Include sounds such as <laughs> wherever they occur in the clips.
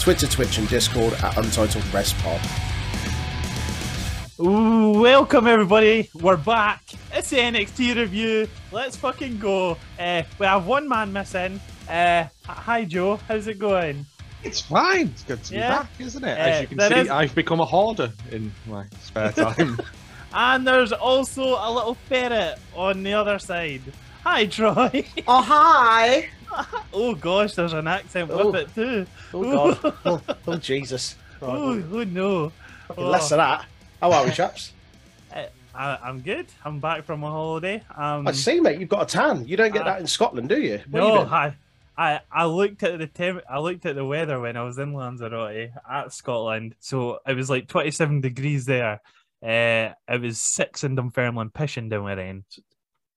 Twitter, Twitch, and Discord at Untitled Rest Pod. Ooh, welcome everybody. We're back. It's the NXT review. Let's fucking go. Uh, we have one man missing. Uh, hi Joe, how's it going? It's fine. It's good to Yeah. be back, isn't it? Yeah, As you can that see, is- I've become a hoarder in my <laughs> spare time. And there's also a little ferret on the other side. Hi Troy. <laughs> Oh hi! <laughs> oh gosh, there's an accent Oh. with it too. Oh <laughs> god! oh, oh, Jesus! Ooh, Right, who no? well, Less of that. How are we, chaps? Oh, I, I'm good. I'm back from a holiday. Um, I see, mate. You've got a tan. You don't get that in Scotland, do you? What Ah. no, you doing? I, I, I looked at the tem- I looked at the weather when I was in Lanzarote at Scotland. So it was like 27 degrees there. Uh, it was six in Dunfermline, pishing down with <laughs> rain.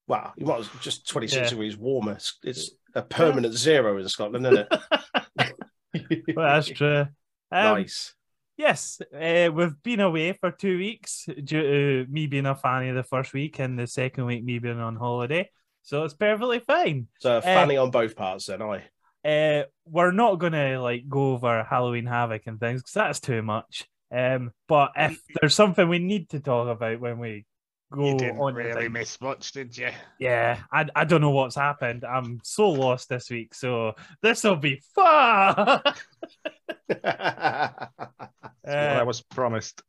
Wow, you might as well just twenty six Yeah. degrees warmer. It's, it's a permanent zero in Scotland, isn't it? <laughs> Well, <laughs> that's true. Um, nice. Yes, uh, we've been away for two weeks due to me being a fanny the first week and the second week me being on holiday. So it's perfectly fine. So fanning on both parts, then I. uh, we're not gonna like go over Halloween Havoc and things because that's too much. Um, but if there's something we need to talk about when we go you didn't on, the really thing- miss much, did you? yeah, I, I don't know what's happened. I'm so lost this week, so this will be <laughs> fun. Uh, That's what I was promised.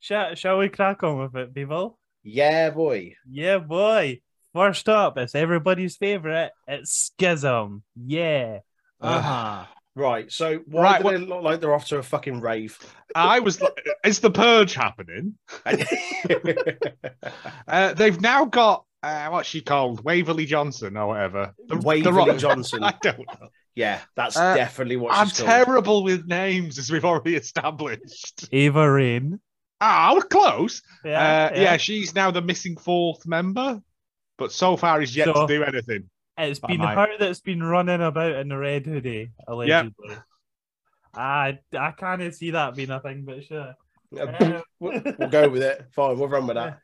shall, shall we crack on with it, people? <laughs> yeah, boy. Yeah, boy. First up, it's everybody's favorite. It's Schism. Yeah. Uh, Uh-huh. Right. So why Right, do what- they look like they're off to a fucking rave? I was. li- Is the purge happening? <laughs> Uh, they've now got uh, what's she called, Waverly Johnson or whatever. The- the Waverly Rock- Johnson. <laughs> I don't know. Yeah, that's Uh, definitely what I'm she's called. terrible with names, as we've already established. <laughs> Ava Rain. Ah, we're close. uh, yeah. yeah. she's now the missing fourth member, but so far he's yet So- to do anything. It's By been my- her that's been running about in the red hoodie, allegedly. I I can't see that being a thing, but sure. Um, Uh, <laughs> we'll we'll go with it. Fine, we'll run with that.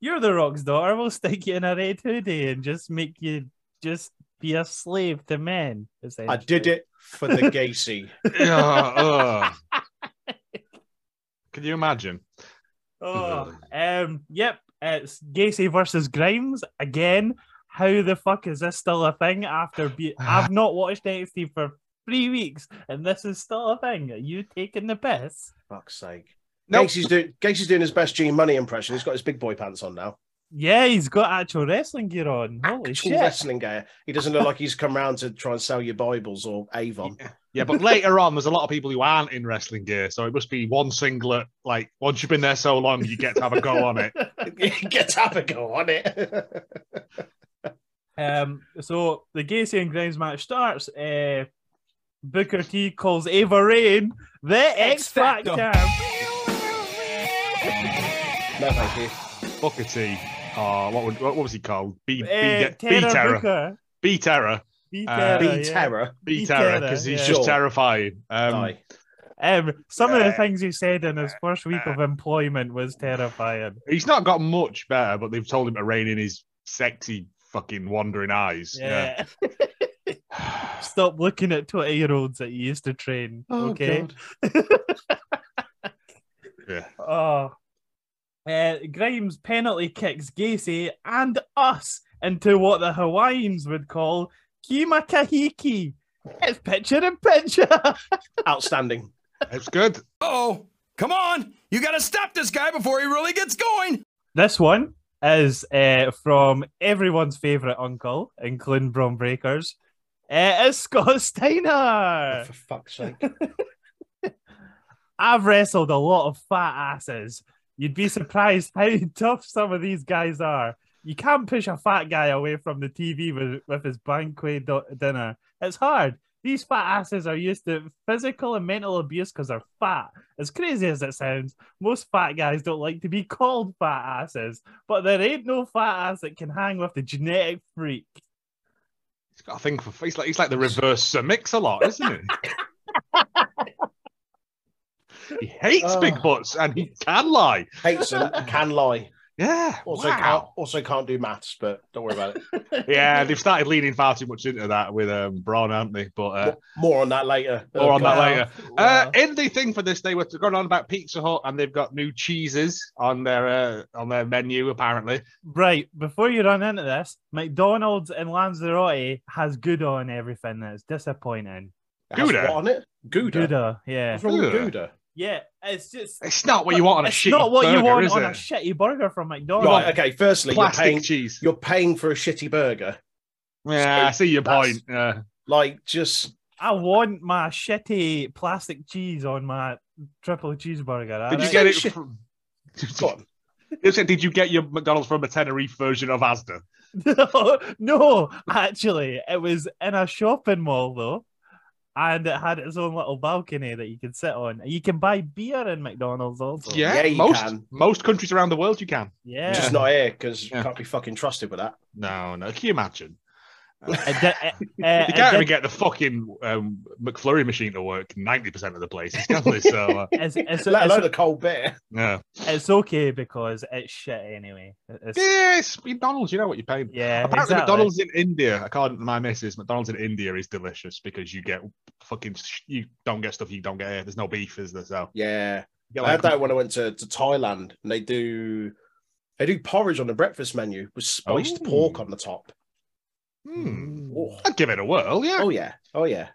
You're the Rock's daughter. We'll stick you in a red hoodie and just make you just be a slave to men. I did it for the Gacy. Yeah, ugh. Can you imagine? Oh, um, yep. It's Gacy versus Grimes again. How the fuck is this still a thing? <sighs> After be- I've not watched NXT for three weeks, and this is still a thing. Are you taking the piss? Fuck's sake. No, Gacy's, do- Gacy's doing his best Gene Money impression. He's got his big boy pants on now. Yeah, he's got actual wrestling gear on. Holy Actual shit. wrestling guy. He doesn't look like he's come round to try and sell you Bibles or Avon. <laughs> yeah, but later on, there's a lot of people who aren't in wrestling gear, so it must be one singlet. Like once you've been there so long, you get to have a go on it. Get up and go on it. <laughs> Um, so the Gacy and Grimes match starts. Uh, Booker T calls Ava Rain the X Factor. Uh, no, thank you. Booker T, or what, would, what was he called? B, B, Uh, B Terror, Booker. B Terror, B Uh, Terror. Be yeah. terror. B B Terror, Terror, because he's yeah. just Sure. terrifying. Um, Aye. Um, some of the Uh, things he said in his first week of employment was terrifying. He's not got much better, but they've told him to rein in his sexy fucking wandering eyes. Yeah. Yeah. <laughs> Stop looking at 20 year olds that you used to train. Oh, okay. yeah. Oh. Uh, Grimes penalty kicks Gacy and us into what the Hawaiians would call Kima Kahiki. It's picture in picture. <laughs> Uh, Outstanding. It's good. Oh, come on! You gotta stop this guy before he really gets going. This one is uh, from everyone's favourite uncle, including Brom Breakers. Uh, it's Scott Steiner. For fuck's sake. I've wrestled a lot of fat asses. You'd be surprised how <laughs> tough some of these guys are. You can't push a fat guy away from the TV with, with his banquet do- dinner. It's hard. These fat asses are used to physical and mental abuse because they're fat. As crazy as it sounds, most fat guys don't like to be called fat asses, but there ain't no fat ass that can hang with the genetic freak. He's got a thing for he's like he's like the reverse mix a lot, <laughs> isn't he? he hates Oh. big butts and he can lie. Hates them, can lie. Yeah. Also, can't, wow. also can't do maths, but don't worry about it. <laughs> Yeah, they've started leaning far too much into that with um, Braun, haven't they? But uh, More on that later. more on that Wow. later. Uh, Wow. indie thing for this day was going on about Pizza Hut, and they've got new cheeses on their uh, on their menu apparently. Right, before you run into this, McDonald's in Lanzarote has Gouda on everything. That's disappointing. It has Gouda. What on it? Gouda. Gouda, yeah. What's wrong with Gouda. Gouda? Yeah, it's just. It's not what you want on a it's shitty not what burger, you want is on it? a shitty burger from McDonald's. Right. Okay. Firstly, you're Plastic paying, cheese. you're paying for a shitty burger. Yeah, I see your That's- point. Yeah. Like, just I want my shitty plastic cheese on my triple cheeseburger. I Did you reckon- get it? Shit. From... go on. You said, Did you get your McDonald's from a Tenerife version of Asda? <laughs> No, no, actually, it was in a shopping mall though, and it had its own little balcony that you could sit on. You can buy beer in McDonald's Oh, also. Yeah, you most can. most countries around the world you can. yeah. just not here because Yeah. you can't be fucking trusted with that. No, no, can you imagine? It did- it- <laughs> You uh, it can't even did- get the fucking um, McFlurry machine to work ninety percent of the places, can they? So <laughs> uh, it's, it's, Let it's- alone a cold beer. yeah, it's okay because it's shit anyway. It's- yes, McDonald's. You know what you're paying. yeah, Apparently, exactly. McDonald's in India, according to my missus, McDonald's in India is delicious because you get fucking sh- you don't get stuff you don't get here. There's no beef, is there? So Yeah, you get I had like- that when I went to, to Thailand, and they do they do porridge on the breakfast menu with spiced Ooh. pork on the top. Hmm. Oh, I'd give it a whirl. Yeah, oh yeah, oh yeah.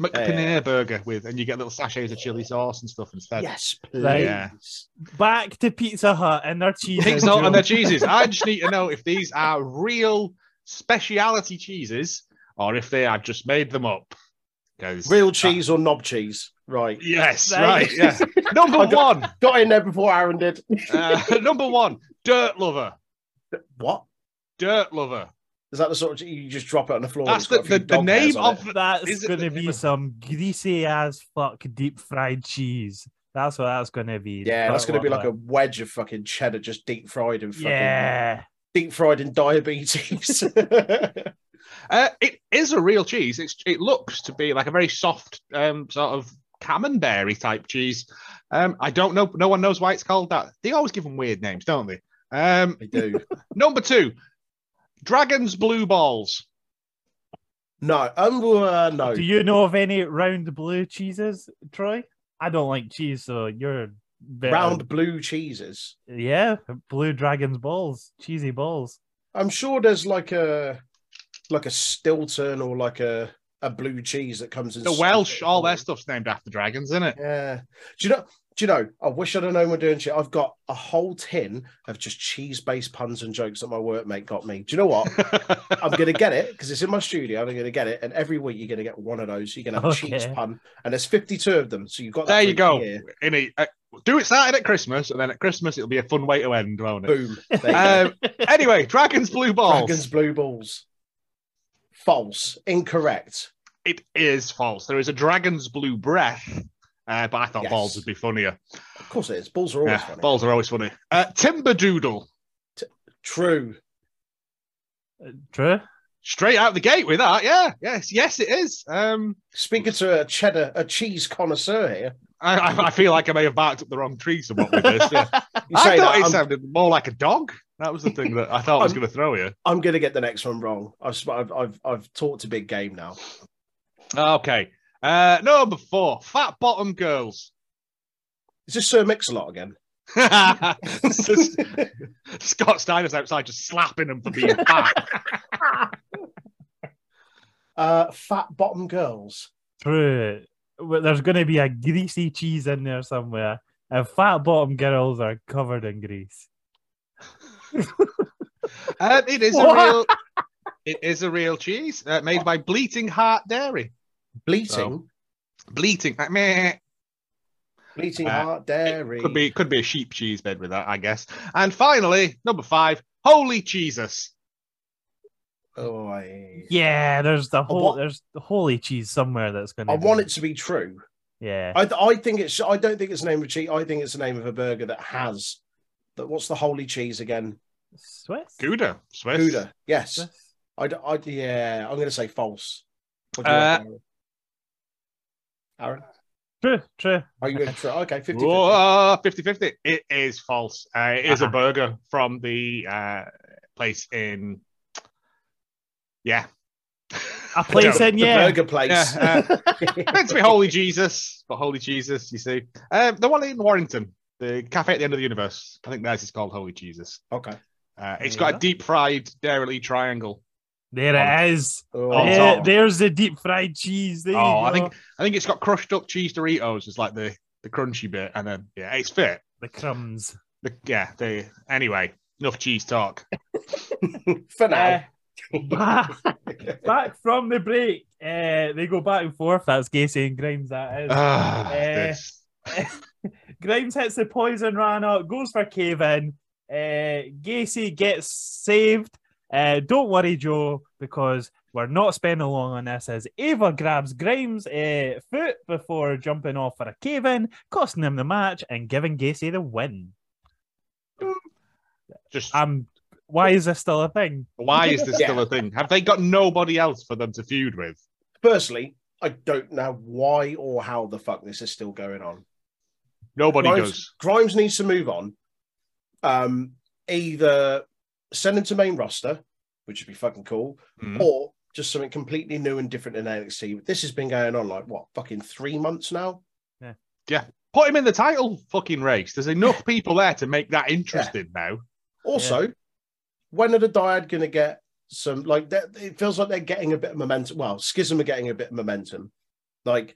McPaneer burger with, and you get little sachets of chili sauce and stuff instead. Yes, please. Right. Yeah. Back to Pizza Hut and their cheese. Pizza Hut and their cheeses. I just need <laughs> to know if these are real speciality cheeses or if they have just made them up. 'Cause- Real cheese or knob cheese? Right. Yes, Right. right. Yeah. <laughs> Number I got- one. Got in there before Aaron did. <laughs> Uh, number one. Dirt lover. What? Dirt lover. Is that the sort of you just drop it on the floor? and That's Oh, it's got the, a few the, the dog hairs name on of. it? That's Is it going to the name be of- some greasy as fuck deep fried cheese. That's what that's going to be. Yeah, that's going to be like a Hut. wedge of fucking cheddar, just deep fried and fucking yeah. deep fried in <laughs> diabetes. <laughs> Uh, it is a real cheese. It's, it looks to be like a very soft um, sort of camembert type cheese. Um, I don't know. No one knows why it's called that. They always give them weird names, don't they? Um, they do. Number two, Dragon's Blue Balls. No, um, uh, no. Do you know of any round blue cheeses, Troy? I don't like cheese, so you're better. Round blue cheeses. Yeah, blue dragon's balls, cheesy balls. I'm sure there's like a like a Stilton or like a a blue cheese that comes in The Welsh, all their stuff's named after dragons, isn't it? Yeah. Do you know? Do you know? I wish I'd have known we're doing shit. I've got a whole tin of just cheese-based puns and jokes that my workmate got me. Do you know what? <laughs> I'm gonna get it because it's in my studio. and I'm gonna get it, and every week you're gonna get one of those. You're gonna Oh, have a cheese Okay. pun, and there's 52 of them. So you've got that there for you a go. year. In a, uh, do it started at Christmas, and then at Christmas it'll be a fun way to end, won't it? Boom. There you go. Um, <laughs> anyway, Dragon's Blue Balls. Dragons blue balls. False. Incorrect. It is false. There is a Dragon's Blue Breath, uh, but I thought Yes. balls would be funnier. Of course it is. Balls are always Yeah, funny. Balls are always funny. Uh, Timberdoodle. True. True. Straight out the gate with that, yeah. Yes, yes, it is. Um, Speaking to a cheddar, a cheese connoisseur here. I, I, I feel like I may have barked up the wrong tree somewhat with this. Yeah. You I say thought that, it I'm, sounded more like a dog. That was the thing that I thought I was <laughs> I'm- going to throw you. I'm going to get the next one wrong. I've, sp- I've, I've, I've talked a big game now. Okay. Uh, number four, fat bottom girls. <laughs> Is this Sir Mix-a-Lot again? Scott Steiner's outside just slapping them for being <laughs> fat. Uh, fat bottom girls. True. Well, There's going to be a greasy cheese in there somewhere, and fat bottom girls are covered in grease. um, it is a What? real. It is a real cheese uh, made by Bleating Heart Dairy. Bleating. Oh. Bleating, like, meh. Bleating Uh, heart dairy. Could be could be a sheep cheese made with that, I guess. And finally, number five, Holy Jesus. Oh, I, Yeah, there's the whole want- there's the holy cheese somewhere that's going. to I want it to be true. Yeah, I, I think it's. I don't think it's the name of cheese. I think it's the name of a burger that has. That what's the holy cheese again? Swiss. Gouda, Swiss. Gouda. Yes. Swiss? I. I yeah. I'm going to say false. What do you Uh, reckon, Aaron, Aaron? True, true. are you going to try? Okay, 50 Whoa, uh, 50-50. It is false. Uh, it is a Uh-huh. burger from the uh, place in. Yeah. A <laughs> place Don't. in yeah. The burger place. <laughs> Yeah, uh, meant to be Holy Jesus, but Holy Jesus, you see. Um, the one in Warrington, the cafe at the end of the universe. I think theirs is called Holy Jesus. <laughs> okay. Uh, it's There you got a go. deep fried Dairy Lee triangle. There it is. Oh, Oh, There- top. there's the deep fried cheese. There you Oh, I go. think I think it's got crushed up cheese Doritos. It's like the the crunchy bit, and then yeah, it's fit. the crumbs. The, yeah. The anyway, enough <laughs> cheese talk. for <laughs> now. Uh, back, back from the break. Uh, they go back and forth. That's Gacy and Grimes. That is. Ah, Uh, this. Grimes hits the poison ran up, goes for cave in. Uh, Gacy gets saved. Uh, don't worry, Joe, because we're not spending long on this. As Ava grabs Grimes' uh, foot before jumping off for a cave in, costing him the match and giving Gacy the win. Just Um, why is this still a thing? why is this Yeah. still a thing? Have they got nobody else for them to feud with? Personally, I don't know why or how the fuck this is still going on. Nobody Grimes, does. Grimes needs to move on. Um, either send him to main roster, which would be fucking cool, Mhm. or just something completely new and different in NXT. This has been going on like what fucking three months now. Put him in the title fucking race. There's enough people there to make that interesting now. Also, when are the Dyad going to get some? Like, that, it feels like they're getting a bit of momentum. Well, Schism are getting a bit of momentum. Like,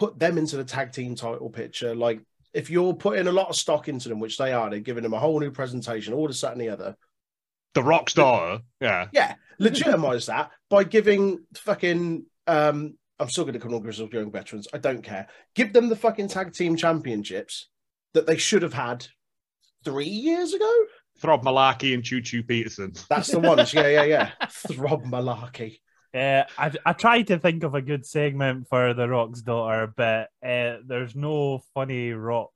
put them into the tag team title picture. Like, if you're putting a lot of stock into them, which they are, they're giving them a whole new presentation, all this, that, and the other. The rock star. Yeah. Legitimize that by giving fucking. um I'm still going to call them Grizzled Young Veterans. I don't care. Give them the fucking tag team championships that they should have had three years ago. Throb Malarkey and Choo Choo Peterson. That's the ones. Yeah, yeah, yeah. Throb malarkey. Uh, I, I tried to think of a good segment for The Rock's daughter, but uh, there's no funny rock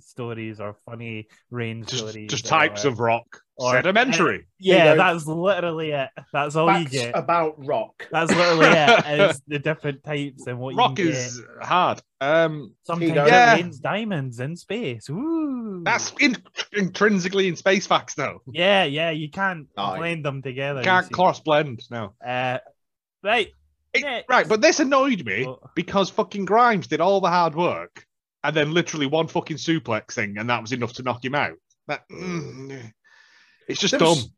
stories or funny rain Just, stories. just or- types of rock. or- Sedimentary. you Yeah, know. that's literally it. That's all Oh, you Facts get. about rock. That's literally it. Is the different types and what rock you can is hard. Um, get. Sometimes Keto. Yeah. it rains diamonds in space. Ooh, that's in- intrinsically in space facts, though. yeah, yeah. You can't Aye. blend them together. you Can't see. cross blend. No. Uh, right, It- Next. right, but this annoyed me Oh. because fucking Grimes did all the hard work and then literally one fucking suplex thing, and that was enough to knock him out. That, mm, it's just There dumb. was-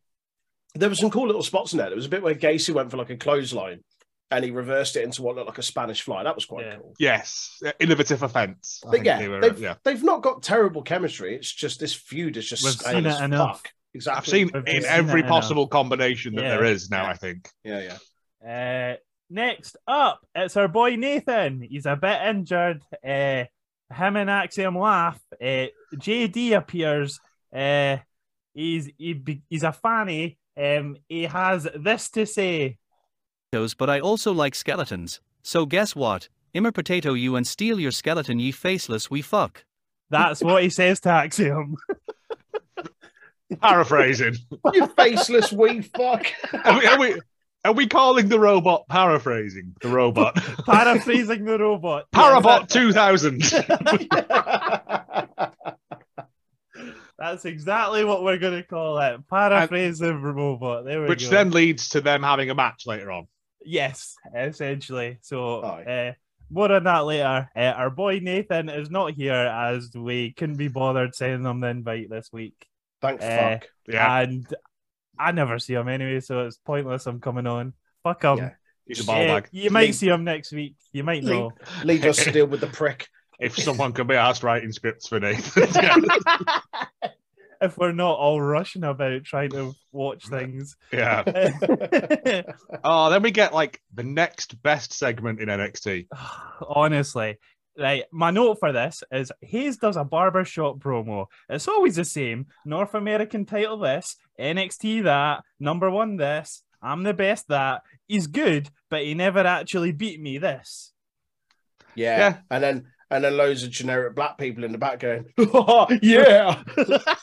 There were some cool little spots in there. There was a bit where Gacy went for like a clothesline and he reversed it into what looked like a Spanish fly. That was quite Yeah. cool. Yes, innovative offense. I But think yeah, they were- they've, yeah. they've not got terrible chemistry. It's just this feud is just We've stale seen as it enough. fuck. I've Exactly. seen I've in seen every that enough. possible combination that Yeah. there is now. Yeah. I think. Yeah, yeah. Uh, next up, it's our boy Nathan. He's a bit injured. Uh, him and Axiom laugh. Uh, JD appears. Uh, he's he, be- he's a fanny. Um, he has this to say. potatoes, but I also like skeletons. So guess what? Immer potato you and steal your skeleton, ye faceless we fuck. That's what he says to <laughs> Axiom. Paraphrasing. <laughs> You <laughs> faceless wee fuck. are, we, are we are we calling the robot paraphrasing <laughs> the robot? Paraphrasing the robot. Parabot two thousand. <laughs> Oh That's exactly what we're going to call it. Paraphrasing the robot. There we which go. then leads to them having a match later on. Yes, essentially. So, Aye. uh, more on that later. Uh, our boy Nathan is not here as we couldn't be bothered sending him the invite this week, Thank Eh. fuck. Yeah, and I never see him anyway, so it's pointless. I'm coming on. Fuck him. Yeah. he's a ball Uh, bag. you might Leave. see him next week. You might Leave. know. Leave us to deal with the <laughs> prick. If someone can be asked writing scripts <laughs> for Nathan, <laughs> yeah, if we're not all rushing about trying to watch <laughs> things. yeah. Oh, then we get like the next best segment in NXT. <sighs> Honestly. Right, my note for this is Hayes does a barbershop promo. It's always the same. North American title this, NXT that, number one this, I'm the best that. He's good, but he never actually beat me this. Yeah. Yeah. And then and then loads of generic black people in the back going, <laughs> "Oh, <laughs> yeah. <laughs>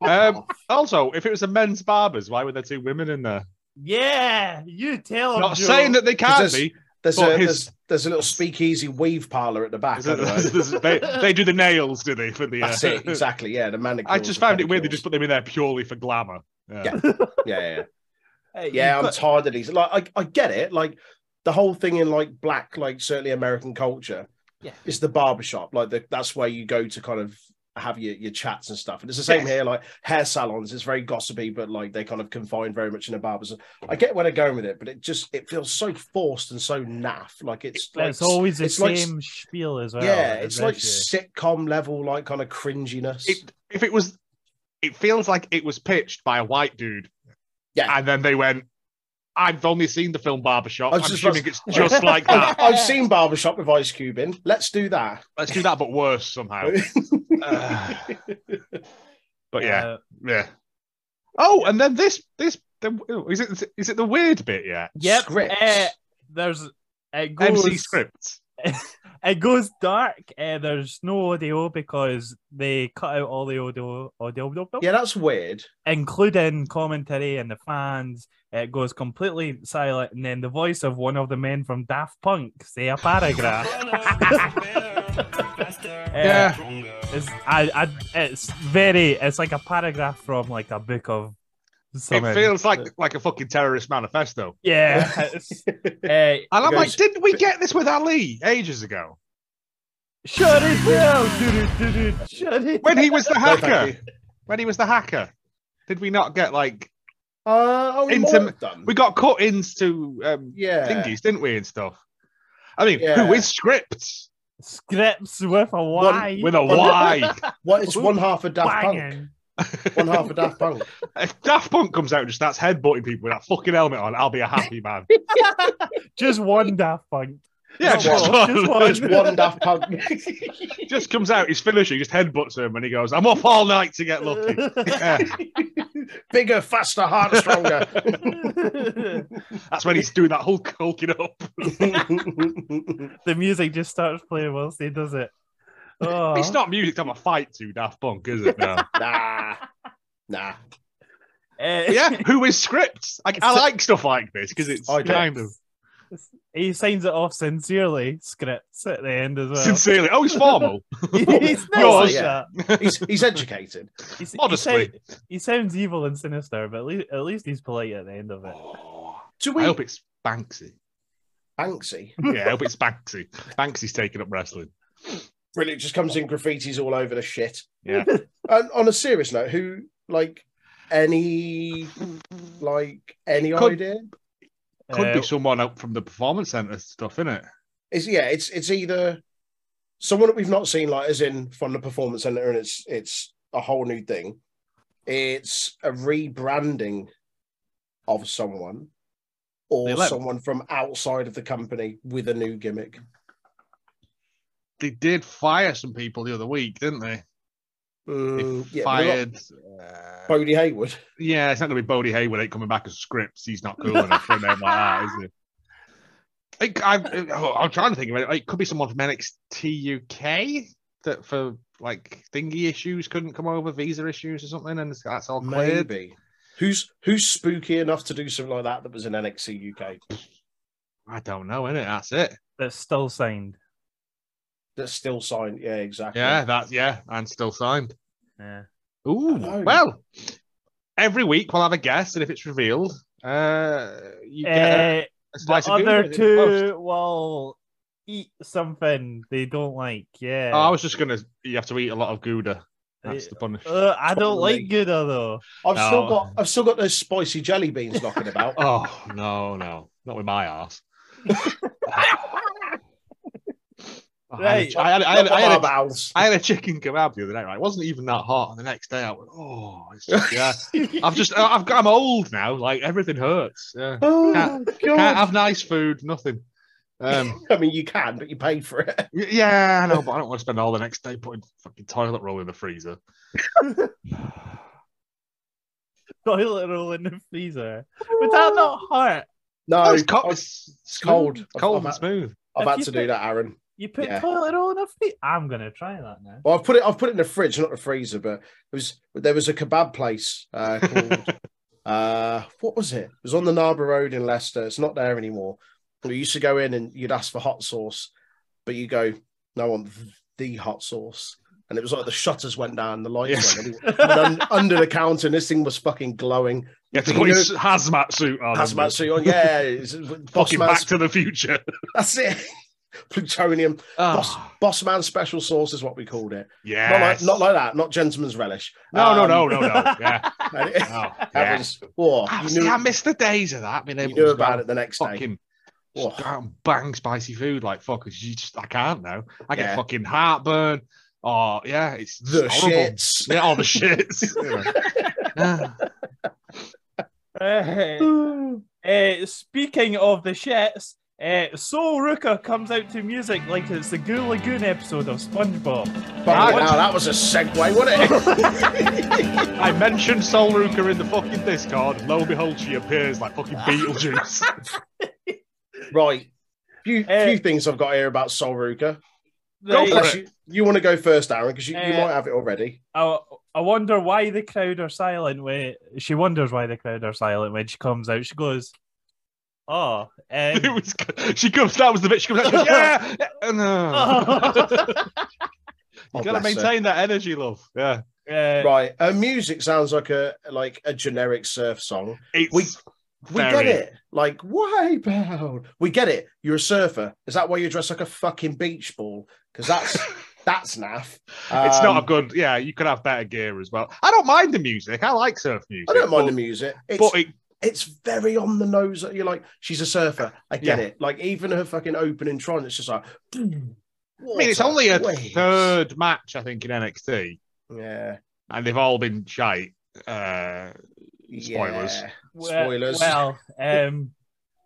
Um, also, if it was a men's barbers, why were there two women in there? Yeah, you tell him. Not Joe. saying that they can't Oh, Because be. There's But a, his- there's, there's a little speakeasy weave parlor at the back. I don't know. they, they do the nails, do they? For the uh, That's <laughs> it, exactly. Yeah, the manicure. I just found it weird they just put them in there purely for glamour. Yeah. yeah, yeah, yeah. <laughs> Hey, yeah, you've I'm got- tired of these. Like, I, I get it. Like, the whole thing in like black, like certainly American culture, Yeah. is the barbershop. Like, the, that's where you go to kind of have your, your chats and stuff. And it's the same Yes. here. Like hair salons, it's very gossipy, but like they kind of confine very much in a barber's. I get where they're going with it, but it just it feels so forced and so naff. Like it's like it's always the it's like- same spiel as well. yeah, it's like eventually. sitcom level, like kind of cringiness. It, if it was, it feels like it was pitched by a white dude. Yeah. And then they went, I've only seen the film Barbershop. I I'm was just about assuming it's <laughs> <laughs> just like that. I've seen barbershop with Ice Cube in. Let's do that. Let's do that, but worse <laughs> somehow. Uh, but yeah, Uh, yeah. Oh, and then this, this, the, is it, is it the weird bit yet? yep. Scripts. uh, there's it goes MC scripts. it goes dark. Uh, there's no audio because they cut out all the audio, audio, audio, Yeah, that's weird. including commentary and the fans. It goes completely silent, and then the voice of one of the men from Daft Punk say a paragraph. <laughs> Yeah. It's, I, I, it's very, it's like a paragraph from like a book of. Something. It feels like like a fucking terrorist manifesto. yeah. <laughs> it's- eh, And I'm It like, goes- didn't we get this with Ali ages ago shut it down, dude, dude, dude, shut it. when he was the <laughs> No, thank hacker? you. when he was the hacker, did we not get like Uh, oh, we might Intim- have done. we got cut-ins to um, yeah. thingies, didn't we, and stuff? I mean, Yeah. who is scripts Scripts with a Y. with a Y? What it's one half a Daft Punk. Banging. <laughs> One half a Daft <laughs> Punk. if Daft Punk comes out and just starts headbutting people with that fucking helmet on, I'll be a <laughs> happy man. Just one Daft <laughs> Punk. yeah, Just just, one, one. just one. It's one Daft <laughs> Punk. Just comes out, he's finishing, just headbutts him, and he goes, "I'm up all night to <laughs> get lucky." Yeah. Bigger, faster, harder, <laughs> stronger. That's when he's doing that Hulk hulking up. the music just starts playing whilst he does it. Oh, It's not music to have a fight to Daft Punk, is <laughs> it? No. nah. Nah. eh, yeah, <laughs> who is scripts? I, I like stuff like this because it's I don't. kind of He signs it off sincerely, scripts at the end as well. <laughs> sincerely. Oh, <laughs> he's formal. <laughs> He's nice Yours. like that. He's, he's educated. He's- he Modestly. sound- He, sounds evil and sinister, but at least, at least he's polite at the end of it. Do I we hope it's Banksy. Banksy? Yeah, I hope it's Banksy. Banksy's taking up wrestling. Brilliant. Just comes in graffitis all over the shit. <laughs> Yeah. And on a serious note, who like any like any Could- idea? Could Uh, be someone out from the performance center stuff, innit? It's yeah, it's it's either someone that we've not seen, like as in from the performance center, and it's it's a whole new thing. It's a rebranding of someone, They or left. someone from outside of the company with a new gimmick. They did fire some people the other week, didn't they? They Mm, yeah, but we got fired. uh, Bodie Hayward. yeah, it's not going to be Bodie Hayward ain't coming back as scripts. He's not cool enough for a name like that, is he? It, I, oh, I'm trying to think of it. It could be someone from NXT UK that for like thingy issues couldn't come over, visa issues or something, and that's all cleared. Maybe who's who's spooky enough to do something like that that was in NXT UK I don't know, innit? That's it. That's still signed. that's still signed. Yeah, exactly. Yeah, that's yeah, and still signed. Yeah. Ooh, Hello. well, every week we'll have a guest, and if it's revealed, uh, you get a- Eh, a the slice of other goodness in the post. two will eat something they don't like. Yeah. Oh, I was just gonna. You have to eat a lot of gouda. That's the punish. Uh, I don't Totally. like Gouda though. I've No. still got I've still got those spicy jelly beans knocking about. Oh no, no, not with my ass. Right. I had, <laughs> I, had, Not I, had our a, mouths. I had a chicken kebab the other night. Right, it wasn't even that hot. And the next day, I went, "Oh, it's just, yeah." <laughs> I've just, I've got, I'm old now. Like everything hurts. Yeah. Oh, Can't- God. Can't have nice food. Nothing. <laughs> Um, I mean, you can, but you pay for it. <laughs> Y- Yeah, I know, but I don't want to spend all the next <laughs> day putting fucking toilet roll in the freezer. toilet roll in the freezer. Would that not hurt? No, Oh, it's, co- I've- it's cold. smooth. cold I've- and smooth. I've if had you to put- do that, Aaron. You put Yeah. toilet roll in a freezer. I'm gonna try that now. Well, I've put it. I've put it in the fridge, not the freezer. But it was there was a kebab place <laughs> uh, called uh, what was it? It was on the Narber Road in Leicester. It's not there anymore. But we used to go in and you'd ask for hot sauce, but you go, "No, I want the hot sauce." And it was like the shutters went down, the lights Yes. went, and it went <laughs> un- <laughs> under the counter, and this thing was fucking glowing. You have to You put your know- s- hazmat suit on. and Hazmat suit on, yeah, <laughs> it's- boss Oh, Fucking man, Back to the Future. <laughs> that's it. <laughs> Plutonium, boss, Ah, boss man special sauce is what we called it. yes. Not like not like that, not gentleman's relish. No, Um, no, no, no, no. Yeah. <laughs> And it- Oh, That yeah. was whoa, Ah, you see, knew, I missed the days of that. Being able you knew to about go it the next day. fucking Whoa. just go out and bang spicy food like fuckers. You just, I can't now. I get Yeah. fucking heartburn. Oh yeah, it's The it's horrible. shits. Yeah, all <laughs> the shits. Yeah. Uh, uh, speaking of the shits, uh, Soul Ruka comes out to music like it's the Goo Lagoon episode of SpongeBob. Fucking hell, that was a segue, wasn't it? I mentioned Sol Ruka in the fucking Discord. Lo and behold, she appears like fucking Beetlejuice. <laughs> <laughs> right. Few, Uh, few things I've got here about Sol Ruka. Eh. Go They- for it. Eh. Unless You, want to go first, Aaron, because you, you Uh, might have it already. I, I wonder why the crowd are silent when she wonders why the crowd are silent when she comes out. She goes, <laughs> "Oh, um, it was, she comes. That was the bit. She comes out. She <laughs> goes, yeah. uh, yeah, No. Oh, you gotta bless her. maintain that energy, love. Yeah. uh, Right. Her music sounds like a like a generic surf song. It's We- We get very- it. Like, why, out. We get it. You're a surfer. Is that why you dress like a fucking beach ball? Because <laughs> that's that's naff. It's Um, not a good. Yeah, you could have better gear as well. I don't mind the music. I like surf music. I don't mind the but- music. It's, But it, it's very on the nose. You're like, she's a surfer. I get Yeah. it. Like even her fucking opening Tron, it's just like. I mean, it's only a third match, I think, in NXT, Yeah. and they've all been shite. Uh, Spoilers. Yeah. we- Spoilers. Well, um,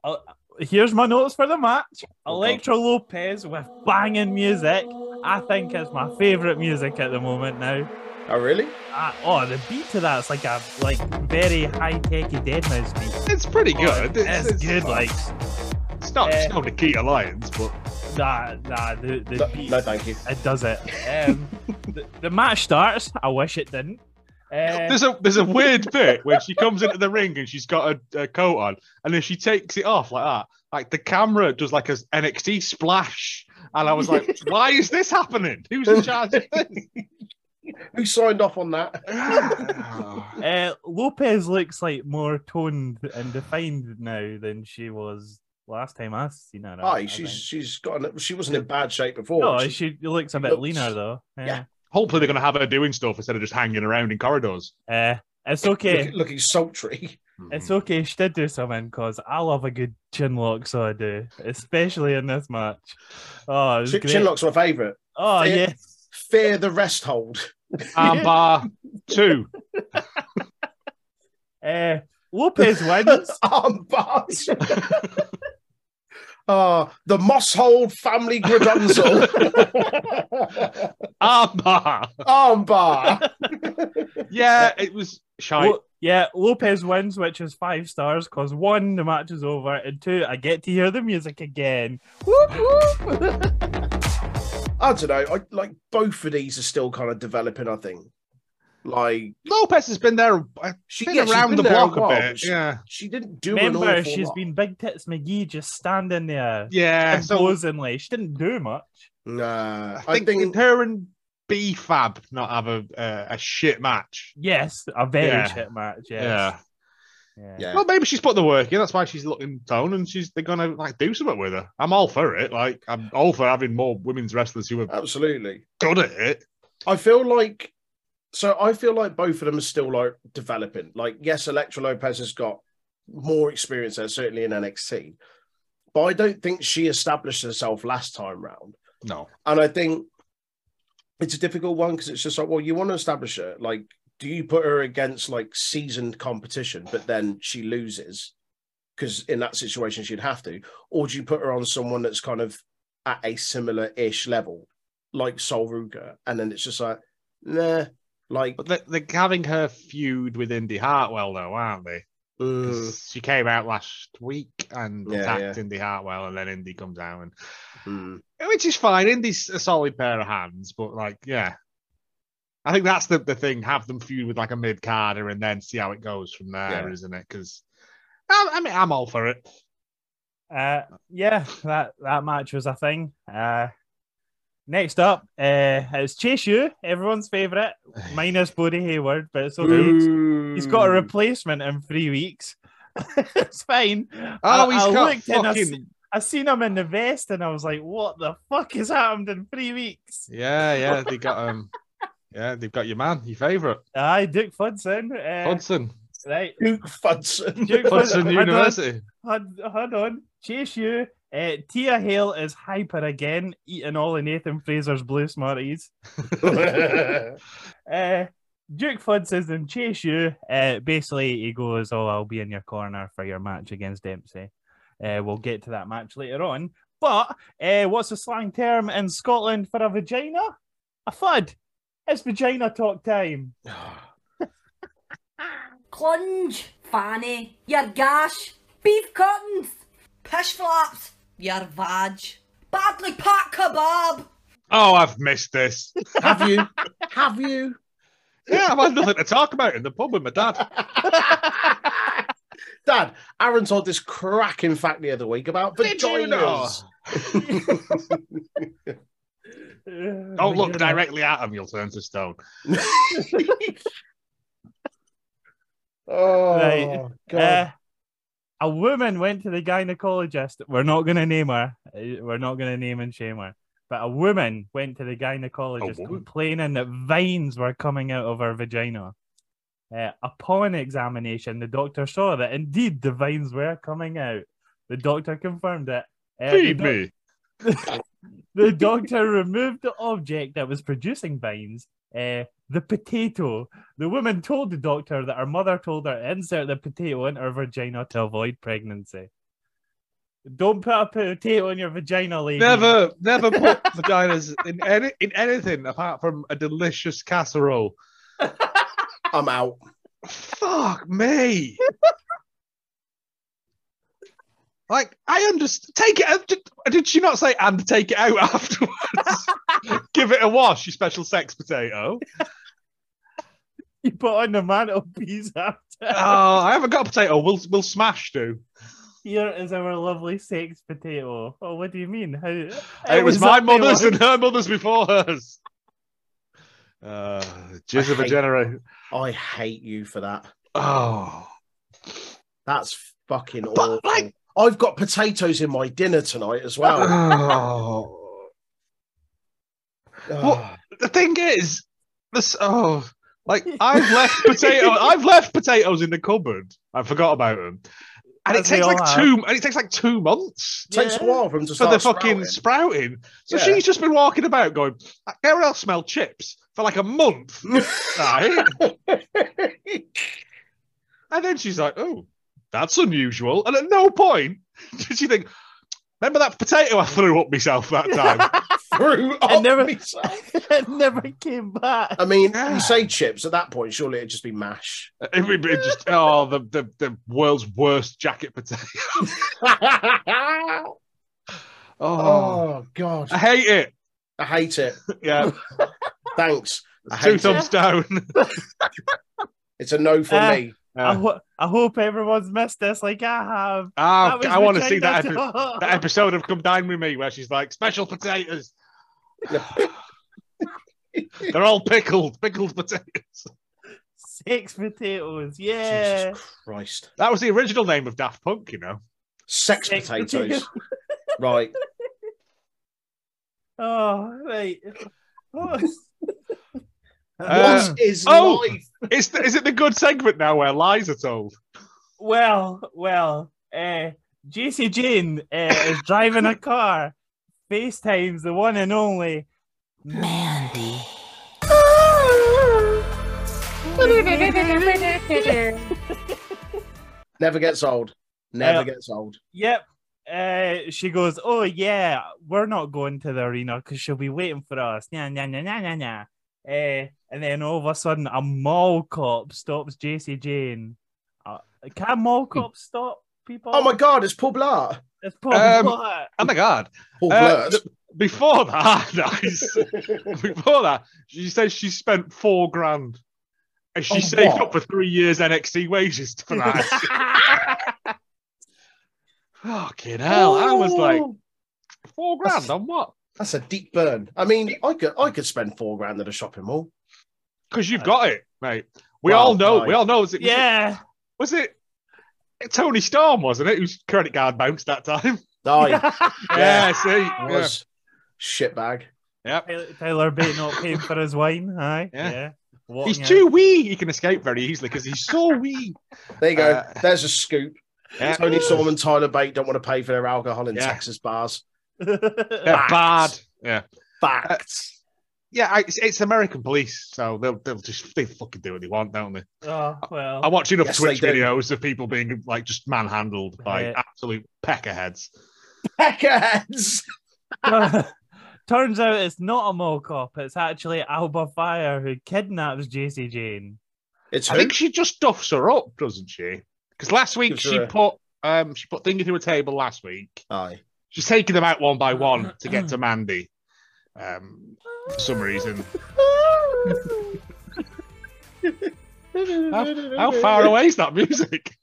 I'll- here's my notes for the match. Oh, Electra Lopez with banging music. I think it's my favorite music at the moment now. Oh really? Ah, oh, the beat to that's like a like very high techy dead mouse beat. it's pretty Oh, good. it's, good, like It's not, it's Uh, not Nikita Lyons, but nah, nah, the, the No, beat. no, thank you. It does it. Um, <laughs> the, the match starts. I wish it didn't. Uh, there's a there's a weird bit when she comes into the ring and she's got a, a coat on, and then she takes it off like that. Like the camera does like a NXT splash, and I was like, why is this happening? Who's in charge of this? Who signed off on that? uh, Lopez looks like more toned and defined now than she was last time I seen her. I Aye, think. she's she's got. An, she wasn't in bad shape before. no, She- she looks a bit looks- leaner though. Yeah. Hopefully, they're going to have her doing stuff instead of just hanging around in corridors. Uh, it's okay. look- looking sultry. It's okay. She did do something because I love a good chin lock, so I do, especially in this match. Oh, it was Chin- great. Chinlock's my favourite. Oh Fit. yes. Fear the rest <laughs> hold. And bar two. Uh, <laughs> Lopez wins. Arm bars. <laughs> Ah, the Moss Hold family <laughs> Gradunzel. Armbar. Armbar. Yeah, it was shy. Lo- yeah, Lopez wins, which is five stars because one, the match is over, and two, I get to hear the music again. Whoop, whoop. I don't know. I, like both of these are still kind of developing. I think. Like Lopez has been there, uh, she been yeah, she's around been the there block a, while, but bit. She, Yeah, she didn't do an Remember, awful she's lot. been Big Tits McGee just standing there, yeah. So imposingly. She didn't do much. Nah, I think, her and B Fab not have a uh, a shit match. Yes, a very Yeah. shit match. Yes. Yeah. Yeah. yeah. Well, maybe she's put the work in. That's why she's looking toned, and she's they're gonna like do something with her. I'm all for it. Like I'm all for having more women's wrestlers who are Absolutely. good at it. I feel like so I feel like both of them are still like developing. Like, yes, Electra Lopez has got more experience there, certainly in NXT. But I don't think she established herself last time round. No. And I think it's a difficult one because it's just like, well, you want to establish her. Like, do you put her against like seasoned competition, but then she loses? Because in that situation, she'd have to. Or do you put her on someone that's kind of at a similar ish level, like Sol Ruger? And then it's just like, nah, Like, But they're, they're having her feud with Indy Hartwell, though, aren't they? mm, 'Cause She came out last week and Yeah, yeah. attacked Indy Hartwell, and then Indy comes out, and mm. which is fine. Indy's a solid pair of hands, but like, yeah, I think that's the, the thing. Have them feud with like a mid carder, and then see how it goes from there, Yeah. not it? Because I, I mean, I'm all for it. Uh, yeah, that that match was a thing. Uh, next up, uh, it's Chase You, everyone's favorite, <laughs> minus Bodie Hayward, but it's okay. He's- He's got a replacement in three weeks. <laughs> it's fine. Oh, I- he's I got looked and I fucking see- I seen him in the vest, and I was like, "What the fuck has happened in three weeks?" yeah, yeah. They got um, yeah, they've got your man, your favorite Aye, Duke Fudson. Uh, Hudson, right, Duke <laughs> Fudson. Duke Hudson Hold on, University. Hold, hold on, chase you. Uh, Tia Hale is hyper again, eating all of Nathan Fraser's blue smarties. Uh, Duke Flood says then chase you. Uh, basically, he goes, "Oh, I'll be in your corner for your match against Dempsey." Uh, we'll get to that match later on. But uh, what's the slang term in Scotland for a vagina? A fud. It's vagina talk time. Clunge, fanny, your gash, beef curtains, pish flaps, your vag, badly packed kebab. Oh, I've missed this. Have you? <laughs> Have you? Yeah, I've had nothing to talk about in the pub with my dad. <laughs> Dad, Aaron told this cracking fact the other week about Did you know? vaginas. <laughs> Don't look directly at him; you'll turn to stone. Oh, Right. God. Uh, a woman went to the gynecologist. We're not going to name her. Uh, We're not going to name and shame her. But a woman went to the gynecologist woman? complaining that veins were coming out of her vagina. Uh, upon examination, the doctor saw that indeed the veins were coming out. The doctor confirmed it. Uh, the Feed doc- me. the doctor removed the object that was producing vines, uh, the potato. The woman told the doctor that her mother told her to insert the potato in her vagina to avoid pregnancy. Don't put a potato in your vagina, lady. Never, never put <laughs> vaginas in any in anything apart from a delicious casserole. I'm out. Fuck me. like I understand. Take it out. Did, did she not say and take it out afterwards? Give it a wash, you special sex potato. You put on the mantelpiece <laughs> after. Oh, I haven't got a potato. We'll we'll smash do. Here is our lovely sex potato. Oh, what do you mean? How, It was my exactly mother's <laughs> what- and her mother's before hers. Uh, jizz I of a hate- generation. I hate you for that. Oh. That's fucking But, awful. like- I've got potatoes in my dinner tonight as <laughs> well. oh. Ugh. Ah. the thing is, this oh, <laughs> like I've left potato, I've left potatoes in the cupboard. I forgot about them, As and it we takes all like have. two, and it takes like two months takes Yeah. a while for them to for start the fucking sprouting. sprouting. So Yeah. she's just been walking about going, "Ah, Gabrielle smelled chips for like <laughs> a month, <laughs> right? and then she's like, oh, that's unusual. And at no point did she think. Remember that potato I threw up <laughs> myself <laughs> that time? Threw I up never- myself. it never came back. <laughs> I mean, Yeah. you say chips at that point, surely it'd just be mash. it would be just oh the, the the world's worst jacket potato. <laughs> oh. oh. God. <laughs> I hate it. I hate it. Yeah, Thanks. I hate two it. thumbs down. <laughs> It's a no for Ah. me. I, Uh, ho- I hope everyone's missed this like I have. oh, That was I want to see that, vagina epi- talk. that episode of Come Dine With Me where she's like, special potatoes. <laughs> They're all pickled, pickled potatoes. Six potatoes, yeah. Jesus Christ. That was the original name of Daft Punk, you know. Sex Sex potatoes. potatoes. <laughs> right. Oh, right. Oh. Uh, what is oh. life? Is, the, is it the good segment now where lies are told? well, well, uh, JC Jane uh, is driving a car. FaceTimes the one and only Mandy. Never gets old. Never Uh, gets old. Yep. Uh, she goes, Oh, yeah, we're not going to the arena because she'll be waiting for us. Nah, nah, nah, nah, nah, nah. Uh, And then all of a sudden, a mall cop stops JC Jane. Uh, can mall cops stop people? Oh my god, it's Paul Blart. It's probably Um, what? Oh my god. Paul Uh, Blart. th- before that, <laughs> nice. before that, she says she spent four grand. And she On saved what? up for three years NXT wages tonight. <laughs> Fucking hell. I was like, Ooh, four grand on what? Oh. that's a deep burn. I mean, I could I could spend four grand at a shopping mall. Because you've got it, mate. We Well, all know. We right. all know. Was <laughs> it, yeah. Was it, Tony Storm, wasn't it? Whose credit card bounced that time? Oh, yeah, Yeah, see. yeah. it was shitbag. <laughs> Tyler- Tyler Bate not paying for his wine. Aye. Yeah. Yeah. He's Walking out. too wee. He can escape very easily because he's so wee. There you go. Uh, There's a scoop. Yeah. Tony Storm and Tyler Bate don't want to pay for their alcohol in Yeah. Texas bars. Yeah, bad. Yeah. Facts. Yeah, I, it's, it's American police, so they'll they'll just they fucking do what they want, don't they? <laughs> oh, well. I watch enough Yes, Twitch they do. videos of people being like just manhandled by Yeah. absolute peckerheads. Peckerheads. <laughs> Turns out it's not a mall cop. It's actually Alba Fire who kidnaps JC Jane. It's I who? think she just duffs her up, doesn't she? Because last week Gives her she a- put um she put Thingy through a table last week. Aye. She's taking them out one by one to get to Mandy. Um, for some reason, <laughs> how far away is <laughs> that music?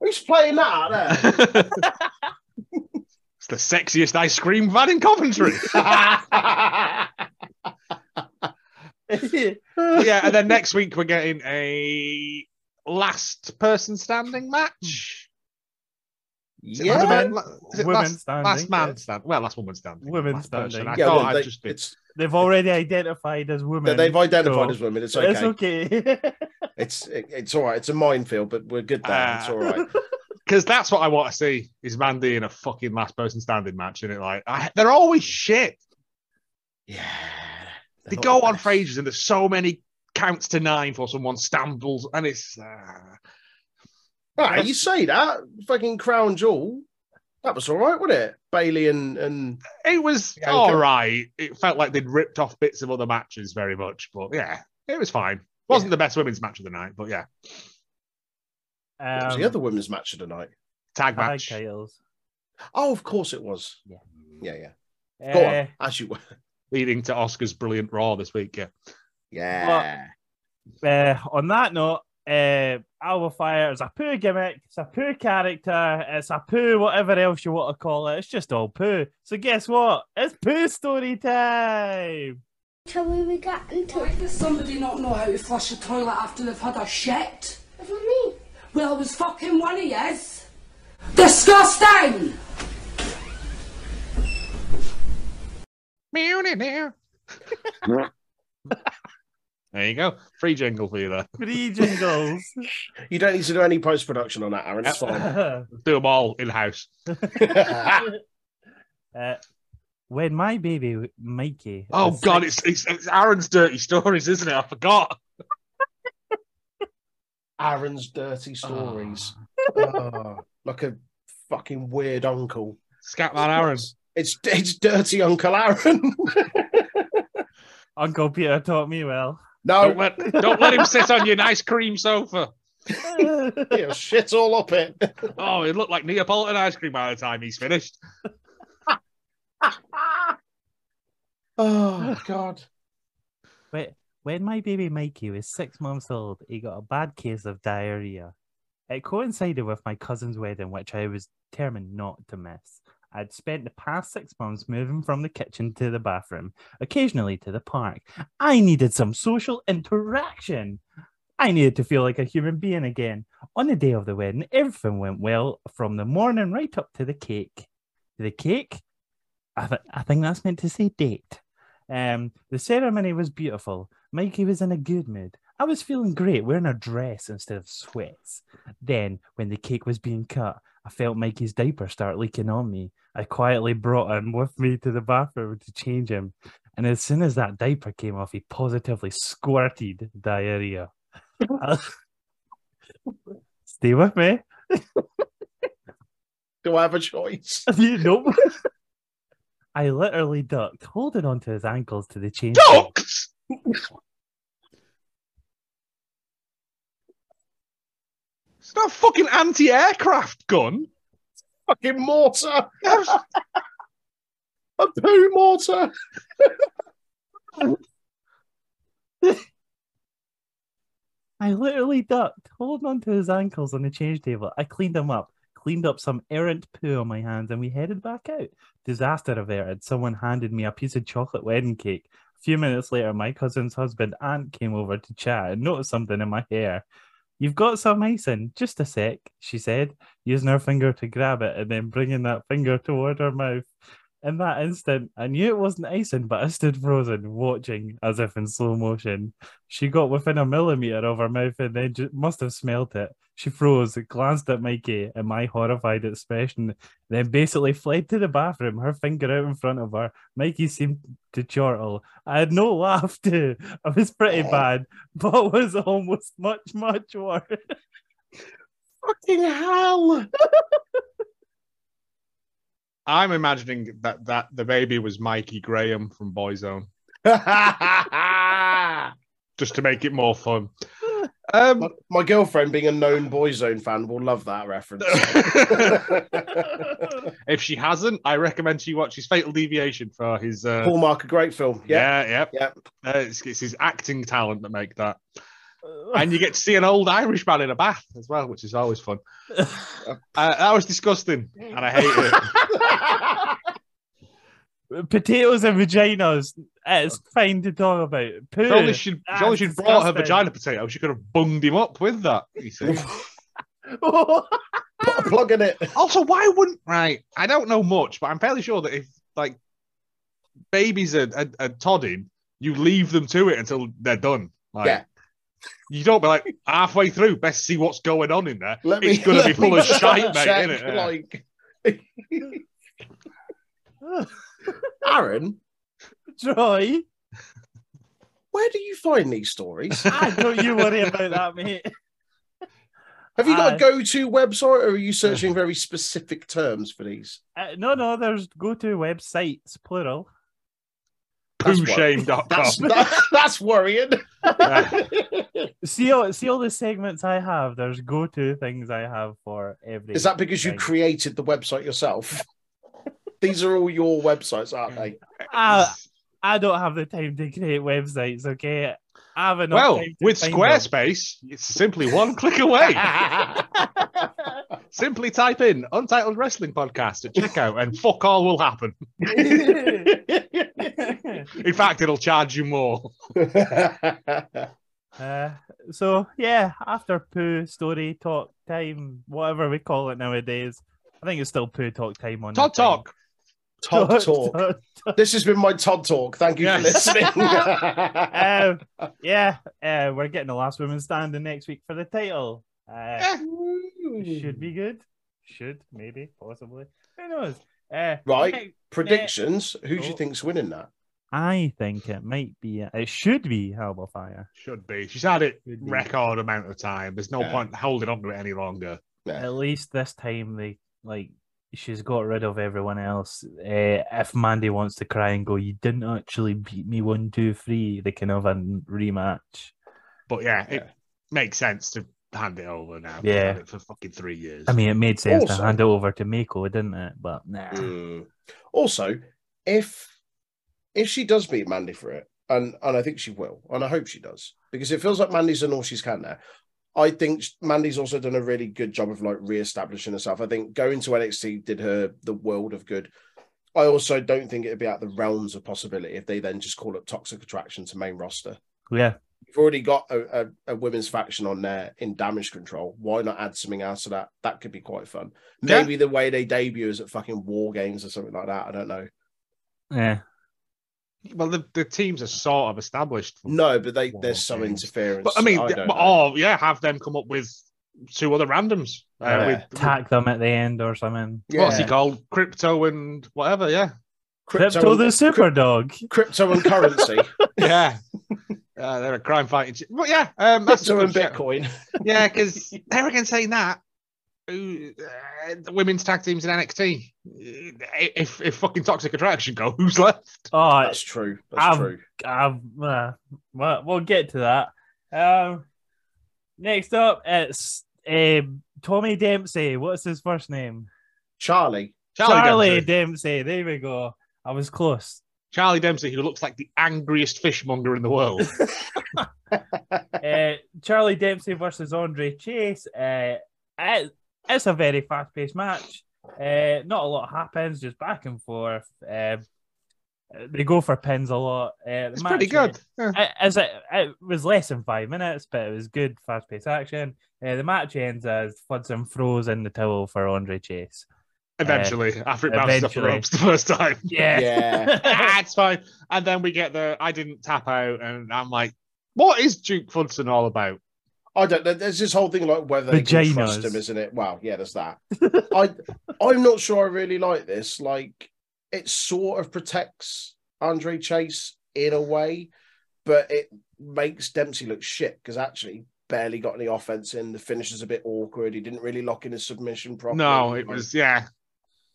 Who's playing that out <laughs> <laughs> there? it's the sexiest ice cream van in <laughs> Coventry. yeah, and then next week we're getting a last person standing match. Is it last Yeah. man- is it Women last, standing. last man stand. Well, last woman standing. Women Last person. standing. I Yeah, thought well, I'd they, just be- it's They've already identified as they- women. they've identified so as women. It's okay. It's, It's okay. <laughs> it- it's all right. It's a minefield, but we're good there. it's Ah. all right. because that's what I want to see is Mandy in a fucking last person standing match, is it? Like I, they're always shit. Yeah. They're They not go the on best. for ages, and there's so many counts to nine for someone stumbles, and it's uh, <laughs> Right, you say that fucking crown jewel. That was all right, wasn't it? Bailey and and it was Yeah, all okay. right. It felt like they'd ripped off bits of other matches very much, but yeah, it was fine. Wasn't the best women's match of the night, but yeah, what was Um, the other women's match of the night. tag tag match. titles. Oh, of course it was. Yeah. yeah, yeah. Go Uh, on, as you were. leading to Oscar's brilliant Raw this week. Yeah, Yeah, uh, on that note, uh, Alba Fire is a poor gimmick. It's a poor character. It's a poor whatever else you want to call it. It's just all poo. So guess what? It's poo story time. Tell me we got into Why does somebody not know how to flush a toilet after they've had a shit? it with me. Well, it was fucking one of yous. Disgusting! <laughs> millionaire. there you go, free jingle for you there. <laughs> Three jingles. <laughs> you don't need to do any post production on that, Aaron. It's fine. Do them all in <laughs> house. <laughs> Uh, when my baby Mikey. Oh is God, six- it's, it's it's Aaron's dirty stories, isn't it? I forgot. Aaron's dirty stories. <laughs> Oh, like a fucking weird uncle. Scatman <laughs> Aaron. It's it's dirty Uncle Aaron. <laughs> Uncle Peter taught me well. Don't no, let don't let him sit on your nice cream sofa. he'll shit all up it. <laughs> Oh, it looked like Neapolitan ice cream by the time he's finished. Oh God. When my baby Mikey was six months old, he got a bad case of diarrhea. It coincided with my cousin's wedding, which I was determined not to miss. I'd spent the past six months moving from the kitchen to the bathroom, occasionally to the park. I needed some social interaction. I needed to feel like a human being again. On the day of the wedding, everything went well from the morning right up to the cake. The cake? I, th- I think that's meant to say date. Um, the ceremony was beautiful. Mikey was in a good mood. I was feeling great wearing a dress instead of sweats. Then, when the cake was being cut, I felt Mikey's diaper start leaking on me. I quietly brought him with me to the bathroom to change him. And as soon as that diaper came off, he positively squirted diarrhea. <laughs> Stay with me. <laughs> Do I have a choice? nope. <laughs> I literally ducked, holding onto his ankles to the chain. Ducks! It's not a fucking anti-aircraft gun. Fucking mortar. A poo mortar. I literally ducked, holding onto his ankles on the change table. I cleaned him up, cleaned up some errant poo on my hands, and we headed back out. Disaster averted. Someone handed me a piece of chocolate wedding cake. A few minutes later, my cousin's husband, Aunt, came over to chat and noticed something in my hair. You've got some icing. Just a sec, she said, using her finger to grab it and then bringing that finger toward her mouth. In that instant, I knew it wasn't icing, but I stood frozen, watching as if in slow motion. She got within a millimeter of her mouth and then ju- must have smelt it. She froze, glanced at Mikey and my horrified expression, then basically fled to the bathroom, her finger out in front of her. Mikey seemed to chortle. I had no laugh too. <laughs> I was pretty bad, but <laughs> was almost much, much worse. Fucking hell. <laughs> I'm imagining that that the baby was Mikey Graham from Boyzone, just to make it more fun. Um, my, my girlfriend, being a known Boyzone fan, will love that reference. if she hasn't, I recommend she watches Fatal Deviation for his. Uh, Hallmark, a great film. Yeah. Yeah, yeah. Yep. Uh, it's, it's his acting talent that make that. And you get to see an old Irish man in a bath as well, which is always fun. Uh, that was disgusting, and I hate it. Potatoes and vaginas. It's fine to talk about. Poo. If only she'd, if only she'd That's brought her disgusting. vagina potato, she could have bunged him up with that. You see. <laughs> Plugging it. also, why wouldn't right? I don't know much, but I'm fairly sure that if like babies are, are, are todding, you leave them to it until they're done. Like, Yeah. You don't be like halfway through. Best see what's going on in there. Let it's going to be <laughs> let me full of shite, check, mate. Isn't it? Yeah. Like, <laughs> Aaron, Troy. where do you find these stories? I don't you worry about that, mate. Have you got I- a go-to website, or are you searching very specific terms for these? Uh, no, no, there's go to websites, plural. That's what- That's Pooshame.com. that, that's worrying. See all, see all the segments I have. There's go to things I have for every. <laughs> Is that because you thing. created the website yourself? these are all your websites, aren't they? <laughs> I, I don't have the time to create websites, okay? I have enough <laughs> well, time to with find Squarespace, it's simply one click <laughs> away. simply type in Untitled Wrestling Podcast at checkout, and fuck all will happen. them. <laughs> In fact, it'll charge you more. uh, so, yeah, after poo, story, talk, time, whatever we call it nowadays, I think it's still poo talk time on Todd that thing. <laughs> Talk. Todd talk. This has been my Todd talk. Thank you for Yes. listening. <laughs> <laughs> um, yeah, uh, we're getting the last woman standing next week for the title. Uh, Eh. should be good. Should maybe possibly. Who knows? Uh, Right. ne- Predictions. Who do you Oh. think's winning that? I think it might be. It should be Hellfire. Should be. She's had it Should be. record amount of time. There's no Yeah. point holding on to it any longer. Yeah. At least this time they like. She's got rid of everyone else. Uh, if Mandy wants to cry and go, you didn't actually beat me one, two, three. They can have a rematch. But yeah, it makes sense to hand it over now. They've Yeah. had it for fucking three years. I mean, it made sense Also- to hand it over to Mako, didn't it? But nah. Mm. Also, if if she does beat Mandy for it, and and I think she will, and I hope she does, because it feels like Mandy's done all she's can now. I think sh- Mandy's also done a really good job of like re-establishing herself. I think going to NXT did her the world of good. I also don't think it'd be out the realms of possibility if they then just call up Toxic Attraction to main roster. Yeah. You've already got a, a, a women's faction on there in Damage Control. Why not add something else to that? That could be quite fun. Yeah. Maybe the way they debut is at fucking War Games or something like that. I don't know. Mm. Yeah. well, the, the teams are sort of established. No, but they War there's some Games. interference. But I mean, don't know. oh yeah, have them come up with two other randoms. Uh, Yeah. with, with- Attack them at the end or something. what's he Yeah. called? Crypto and whatever. <laughs> Yeah, Crypto, Crypto, the and, Super Dog. crypto and <laughs> currency, yeah. Uh, they're a crime fighting. But yeah, um, that's a crypto good and shout. Bitcoin. Yeah, because they're again saying that who uh, the women's tag teams in NXT. If if fucking Toxic Attraction go, who's left? Oh, That's true. That's Um, I've- true. I've, uh, well, we'll get to that. Um, next up, it's um, Tommy Dempsey. What's his first name? Charlie. Charlie Dempsey. Dempsey. There we go. I was <laughs> close. Charlie Dempsey, who looks like the angriest fishmonger in the world. uh, Charlie Dempsey versus Andre Chase. Uh, it- it's a very fast paced match. Uh, not a lot happens, just back and forth. Um, they go for pins a lot. Uh, the it's pretty match, uh, good. Yeah. I- as it, it was less than five minutes, but it was good, fast paced action. Uh, the match ends as Floods and throws in the towel for Andre Chase. Eventually, after it bounces off the eventually. ropes the first time. Yeah. <laughs> ah, it's fine. And then we get the I didn't tap out, and I'm like, what is Duke Hudson all about? I don't know. There's this whole thing like whether they can trust Vaginas. him, isn't it? Well, yeah, there's that. <laughs> I I'm not sure I really like this. Like it sort of protects Andre Chase in a way, but it makes Dempsey look shit because actually barely got any offense in. The finish is a bit awkward. He didn't really lock in his submission properly. No, it Like, was yeah.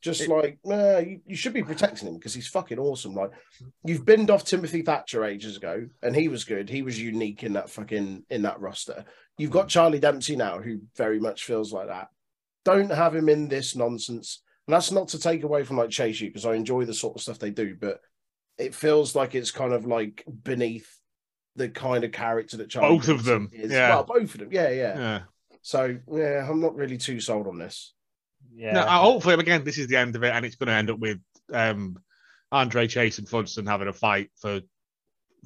just like nah, you, you should be protecting him because he's fucking awesome. Like you've binned off Timothy Thatcher ages ago, and he was good. He was unique in that fucking in that roster. You've Mm. got Charlie Dempsey now, who very much feels like that. Don't have him in this nonsense. And that's not to take away from like Chase You because I enjoy the sort of stuff they do, but it feels like it's kind of like beneath the kind of character that Charlie Both of them, Dempsey is. yeah. Well, both of them, yeah, yeah, yeah. So yeah, I'm not really too sold on this. <laughs> yeah. No, uh, hopefully again, this is the end of it, and it's going to end up with um, Andre Chase and Hudson having a fight for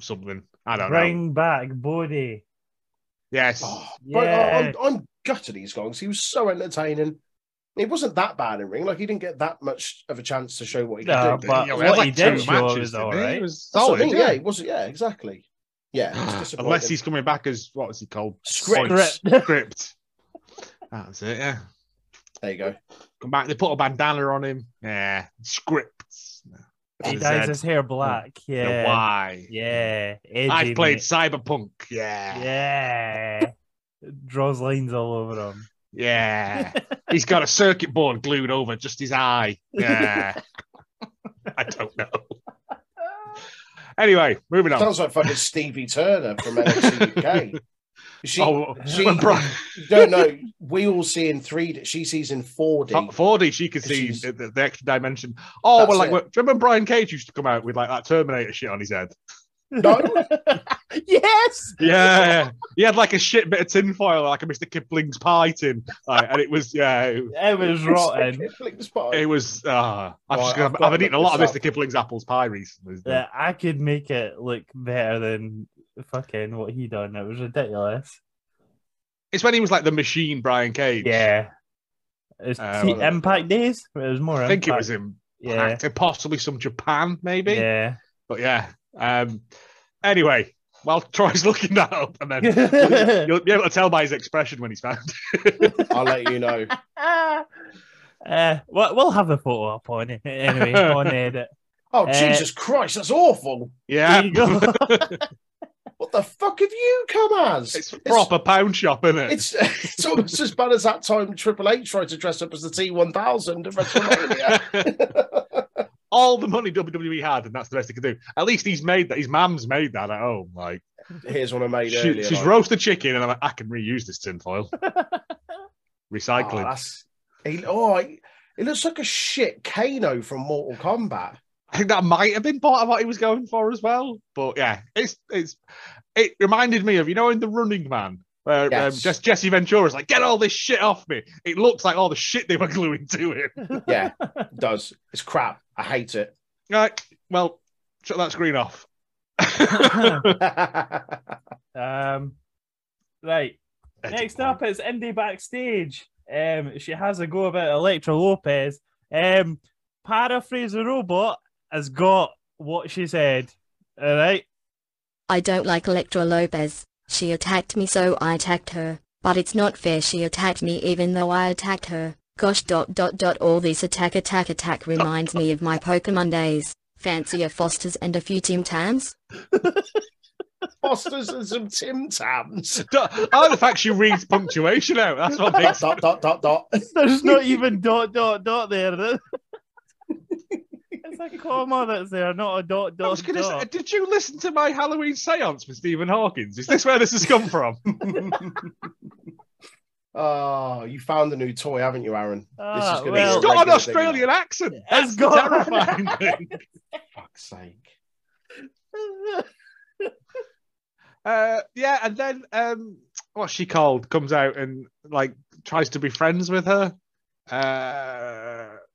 something. I don't know. Bring back Bodie. Yes, Oh, uh, But I- Yeah. I'm, I'm gutted he's gone 'cause he was so entertaining. It wasn't that bad in ring. Like he didn't get that much of a chance to show what he No, could do. but You know, what had, he two did show matches, was didn't he? alright. It was That's the solid, thing, yeah. yeah. he wasn't. Yeah, exactly. Yeah, it's <sighs> Unless he's disappointing. coming back as what is he called? Script. Voice. Script. Script. That's it. Yeah, there you go. come back. They put a bandana on him. Yeah, scripts. He As I dyes said, his hair black. the Yeah. Why? Yeah. Edgy, I've played mate. Cyberpunk. Yeah. Yeah. Draws lines all over him. Yeah. <laughs> He's got a circuit board glued over just his eye. Yeah. I don't know. Anyway, moving on. Sounds like fucking Stevie Turner from NXT <laughs> UK. She, oh, she- <laughs> when Bri- you don't know. We all see in three. D- She sees in four D. oh, 4D, she could see She's- the, the- the extra dimension. Oh, well, That's like, it. what, do you remember Brian Cage used to come out with like that Terminator shit on his head? No, yes. Yeah, he had like a shit bit of tinfoil, like a Mr. Kipling's pie tin, like, and it was yeah, It <laughs> was rotten. Kipling's pie. it was. Uh, I've, Right, just gonna, I've I've, got to been eating a look lot of this Mr. Kipling's apples pie recently. that I could make it look better than fucking what he done. It was ridiculous. It's when he was like the machine Brian Cage. Yeah. It's Uh, T- well, Impact Days. It was more. I think it Impact. was in Yeah. eh, possibly some Japan, maybe. Yeah. But yeah. Um, anyway, while <laughs> Troy's looking that up, <laughs> and then you'll be able to tell by his expression when he's found. I'll let you <laughs> know. Ah. Uh, we'll, we'll have the photo up on it anyway <laughs> on edit. Oh Uh, Jesus Christ, that's awful. Yeah, There you go. <laughs> What the fuck have you come as? <laughs> it's proper pound shop, isn't it? It's <laughs> it's almost as bad as that time Triple H tried to dress up as the T one thousand at <laughs> WrestleMania. All the money WWE had, and that's the best he could do. At least he's made that. His mum's made that at home. Like Here's one I made she- earlier. she's like, roasted chicken, and I'm like, I can reuse <laughs> this tinfoil. "Oh, Recycling. that's- he, oh, he, he looks like a shit Kano from Mortal Kombat. I think that might have been part of what he was going for as well. But yeah, it's it's it reminded me of you know in the Running Man where um, Yes. just Jesse Ventura's like get all this shit off me. It looks like all the shit they were <laughs> gluing to him. Yeah, it does. It's crap. I hate it. <laughs> Right, well, shut that screen <laughs> off. um, right. Next up is Indy backstage. Um, she has a go about Electra Lopez. Um, paraphrase the robot has got what she said. All right. <laughs> I don't like Electra Lopez. She attacked me, so I attacked her. But it's not fair she attacked me even though I attacked her. Gosh dot dot dot all this attack attack attack reminds me of my Pokemon days. Fancy a Fosters and a few Tim Tams? Fosters and some Tim Tams. Oh, the fact she reads punctuation out. That's what makes dot dot dot dot. <laughs> There's not <laughs> even dot dot dot there. It's a comma that's there, not a dot I dot was gonna say, dot. did you listen to my Halloween seance with Stephen Hawkins? Is this where this has come from? Oh, you found a new toy, haven't you, Aaron? Ah, gonna well- a He's regular thing got an now. Australian accent. It's That's terrifying. Fuck's sake. uh, yeah, and then um, what's she called comes out and like tries to be friends with her. Uh, <laughs>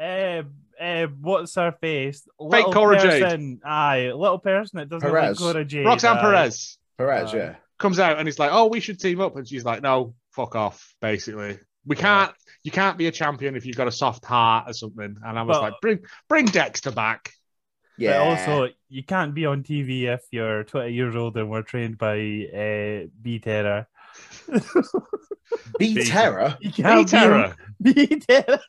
Uh, uh, what's her face? little Cora Jade. person, Aye, little person that doesn't Perez. like Cora Jade. Roxanne aye. Perez Perez, Uh, yeah. comes out and is like, "Oh, we should team up," and she's like, "No, fuck off." Basically, we can't. You can't be a champion if you've got a soft heart or something. And I was But- like, "Bring, bring Dexter back." Yeah. But also, you can't be on TV if you're 20 years old and were trained by uh, B Terror. B Terror. You Hey, can't <laughs> Terror, be B Terror.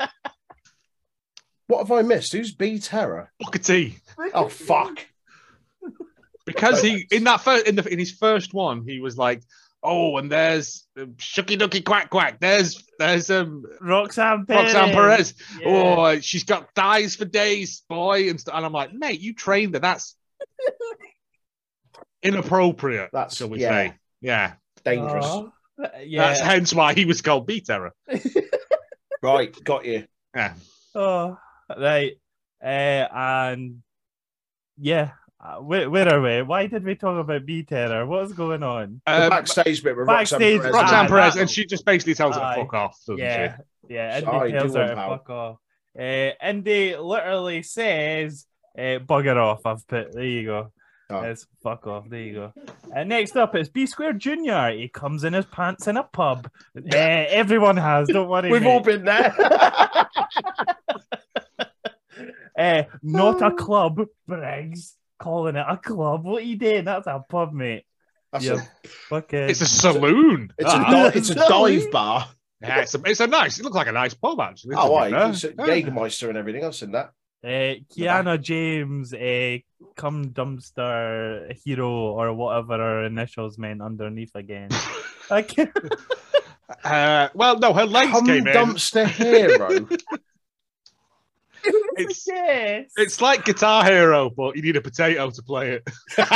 What have I missed? Who's B Terror? Buckety. Oh fuck. because he in that first in the in his first one he was like oh and there's um, shucky ducky quack quack there's there's um Roxanne Perez. Roxanne Perez Yeah. oh she's got thighs for days boy and, st- and I'm like mate you trained her that's inappropriate That's- shall we yeah. say yeah Dangerous. Oh, yeah. that's hence why he was called B Terror Right, got you. Oh, right. Uh, and yeah, uh, where, where are we? Why did we talk about B Terror? What's going on? The um, backstage bit with backstage- Roxanne Perez. Roxanne Ah, Perez that- and she just basically tells her Aye. fuck off doesn't yeah, yeah. Indy Aye, tells do her one, to pal. fuck off. Uh, Indy literally says, uh, "Bugger off." I've put there. You go. Oh. It's fuck off. There you go. And next up is B Square Junior. He comes in his pants in a pub. Uh, everyone has. Don't worry. <laughs> We've mate. all been <laughs> there. Uh, <laughs> not a club, Briggs. Calling it a club. What are you doing? That's a pub, mate. That's Yeah. a, Fucking. she it's a saloon it's, a Ah. di- it's <laughs> a dive bar. yeah, it's, a, it's a nice it looks like a nice pub actually Oh, to be I fair. Jägermeister and everything. I've seen that. Uh, Kiana James, uh, come dumpster hero or whatever her initials meant underneath again. I can't- Uh, well, no, her legs Come came in. dumpster <laughs> hero. It's, yes. it's like Guitar Hero, but you need a potato to play it. <laughs>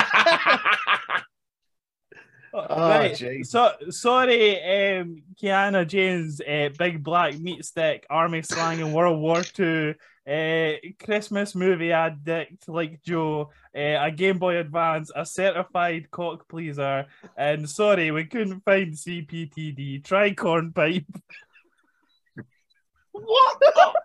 Oh, right. jeez. So sorry, um, Kiana James, uh, big black meat stick, army slang in World War Two, uh, Christmas movie addict like Joe, uh, a Game Boy Advance, a certified cock pleaser, and sorry we couldn't find CPTD. Try corn pipe. What the fuck?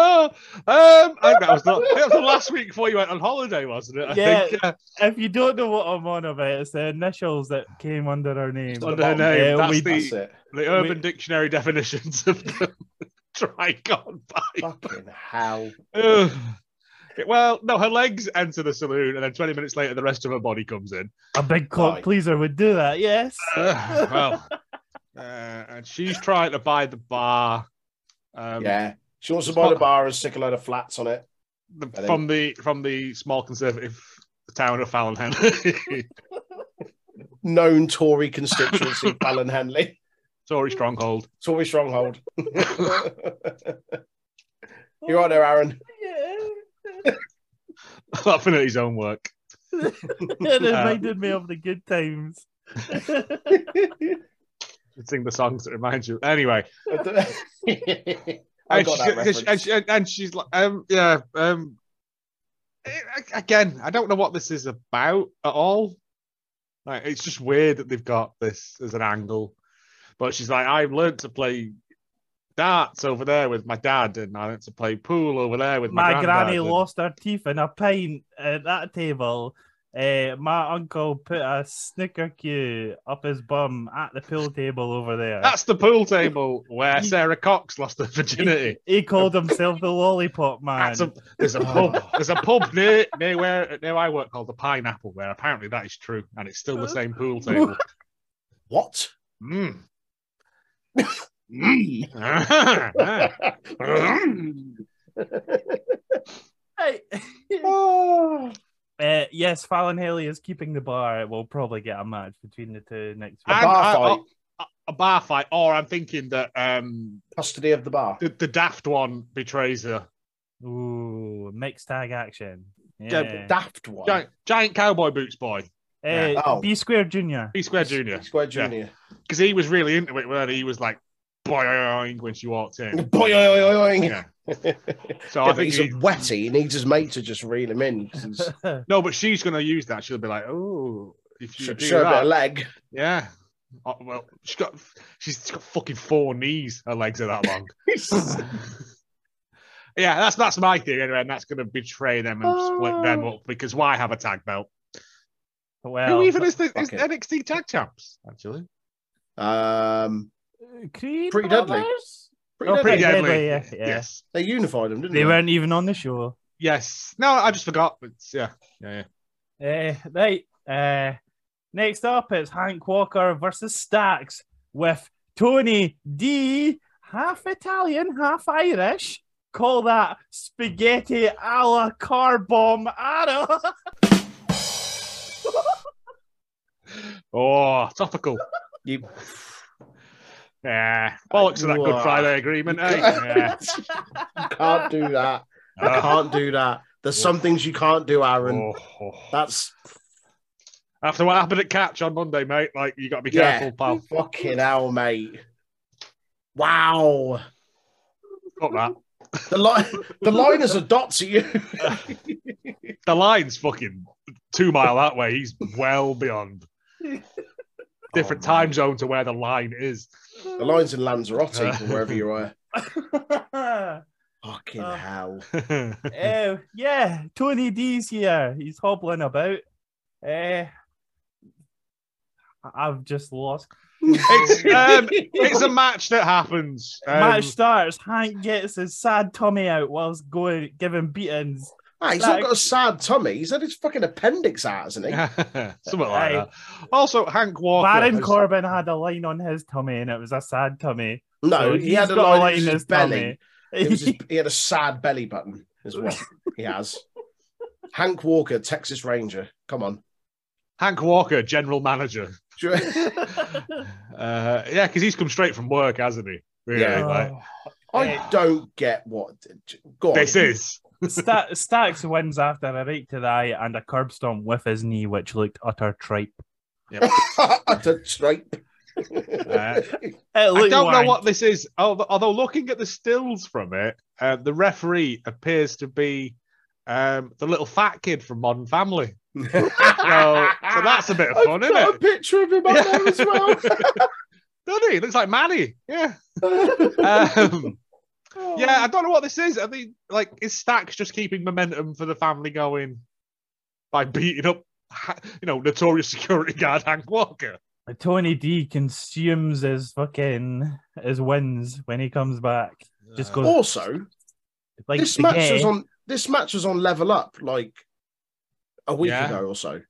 Oh, <laughs> um, I think that was not. I think That was the last week before you went on holiday, wasn't it? I Yeah. think uh, if you don't know what I'm on about, it's the initials that came under her name. under her name. Uh, that's, <laughs> we- That's the, it. the Urban we- Dictionary definitions of the <laughs> trigon pipe. Fucking hell. Ugh. Well, no, her legs enter the saloon, and then 20 minutes later, the rest of her body comes in. A big cock Right. pleaser would do that, yes. Uh, well, <laughs> uh, and she's trying to buy the bar. Um, yeah. She wants to buy the bar and stick a load of flats on it. the, think- from the from the small conservative town of Fallonham. Known Tory <laughs> constituency, Fallon Henley. <laughs> Tory stronghold. <laughs> Tory stronghold. <laughs> You're right there, Aaron. <laughs> Laughing at his own work. <laughs> it reminded me of the good times. Sing the songs that remind you. Anyway, I <laughs> and, got she's- that reference. and she- and she's like, um, yeah, um, eh, again, I don't know what this is about at all. Like, it's just weird that they've got this as an angle. But she's like, I've learned to play darts over there with my dad, and I learned to play pool over there with my, My granny granddad, and- lost her teeth in a pint at that table. Uh, my uncle put a snicker cue up his bum at the pool table over there. That's the pool table where You- Sarah Cox lost her virginity. he called himself the lollipop man. That's a, <laughs> there's a pub. There's a pub near near where near I work called the Pineapple. Where apparently that is true, and it's still the same pool table. what? Mm. Mm. oh, Ah, Uh, yes, Fallon Haley is keeping the bar. We'll probably get a match between the two next A week. And bar I- fight. a- <laughs> a bar fight, or I'm thinking that um, Custody of the bar. the, the daft one betrays her. Ooh, mixed tag action. Yeah. Yeah, but daft one. Giant, giant cowboy boots boy, Eh, yeah. Oh. B Square Junior. B Square Junior, Square Junior. because he was really into it. Where he was like boing when she <laughs> walked in. Boy, oi, oi, oi, oi. Yeah. So <laughs> Yeah, I but think he's a he- wetty. He needs his mate to just reel him in. 'cause he's- No, but she's going to use that. She'll be like, oh, if <laughs> you Show do show a bit that, of <laughs> leg. yeah. Oh, well, she's got she's got fucking four knees. Her legs are that <laughs> long. yeah, that's that's my theory anyway, and that's going to betray them and split them up because why have a tag belt? <laughs> Oh. Well, Who even is, the, is fuck it. NXT tag champs? Actually, Um, Creed Pretty Deadly. Brothers? pretty Oh, deadly. pretty deadly. Deadly, yeah, yeah. Yes. They unified them, didn't they? They weren't even on the show. Yes. No, I just forgot. But yeah, yeah, yeah. Eh, right. Uh, next up is Hank Walker versus Stacks with Tony D, half Italian, half Irish. Call that spaghetti a la car bomb <laughs> arrow. Oh, topical. <laughs> You- Yeah, bollocks of that Wow. Good Friday agreement. <laughs> Eh? Yeah. can't do <laughs> that. I can't do that. There's some things you can't do, Aaron. <laughs> Oh, oh. That's After what happened at Catch on Monday, mate, like you got to be Yeah. careful, pal. fucking hell, mate. Wow. Got that. The line the line is a dot to you. <laughs> The line's fucking two mile that way. He's well beyond. Different time zone to where the line is. the line's in Lanzarote or wherever you are. Fucking Uh. hell. Eh, yeah, Tony D's here. He's hobbling about. Eh, I- I've just lost It's um, it's a match that happens. Um, Match <laughs> starts. Hank gets his sad tummy out whilst going giving beatings. Ah, he's not got a sad tummy. He's had his fucking appendix out, hasn't he? Something Aye. like that. Also, Hank Walker. Baron has- Corbin had a line on his tummy, and it was a sad tummy. No, So he he's had a got line, in his, <laughs> belly. It was his- tummy. he had a sad belly button as well. He has. Hank Walker, Texas Ranger. Come on. <laughs> Hank Walker, general manager. Do you- Uh, yeah, because he's come straight from work, hasn't he? Really? Oh. Yeah. like, I don't get what. Go on. this <laughs> is. Sta- Stacks wins after a right to the eye and a curb stomp with his knee, which looked utter tripe. At a stripe. It I looked don't know wank. what this is. Although, although looking at the stills from it, uh, the referee appears to be um, the little fat kid from <laughs> Modern Family. So, so that's a bit of I've fun, got isn't a it? picture of him on there as <laughs> well. Doesn't he? Looks like Manny. Yeah. <laughs> Um, yeah, I don't know what this is. I think like is Stacks just keeping momentum for the family going by beating up, Ha- you know, notorious security guard Hank Walker. Tony D consumes his fucking his wins when he comes back. Uh, Just <laughs> goes also, like Oh, this match spaghetti. was on. This match was on Level Up like a week Yeah. ago or so.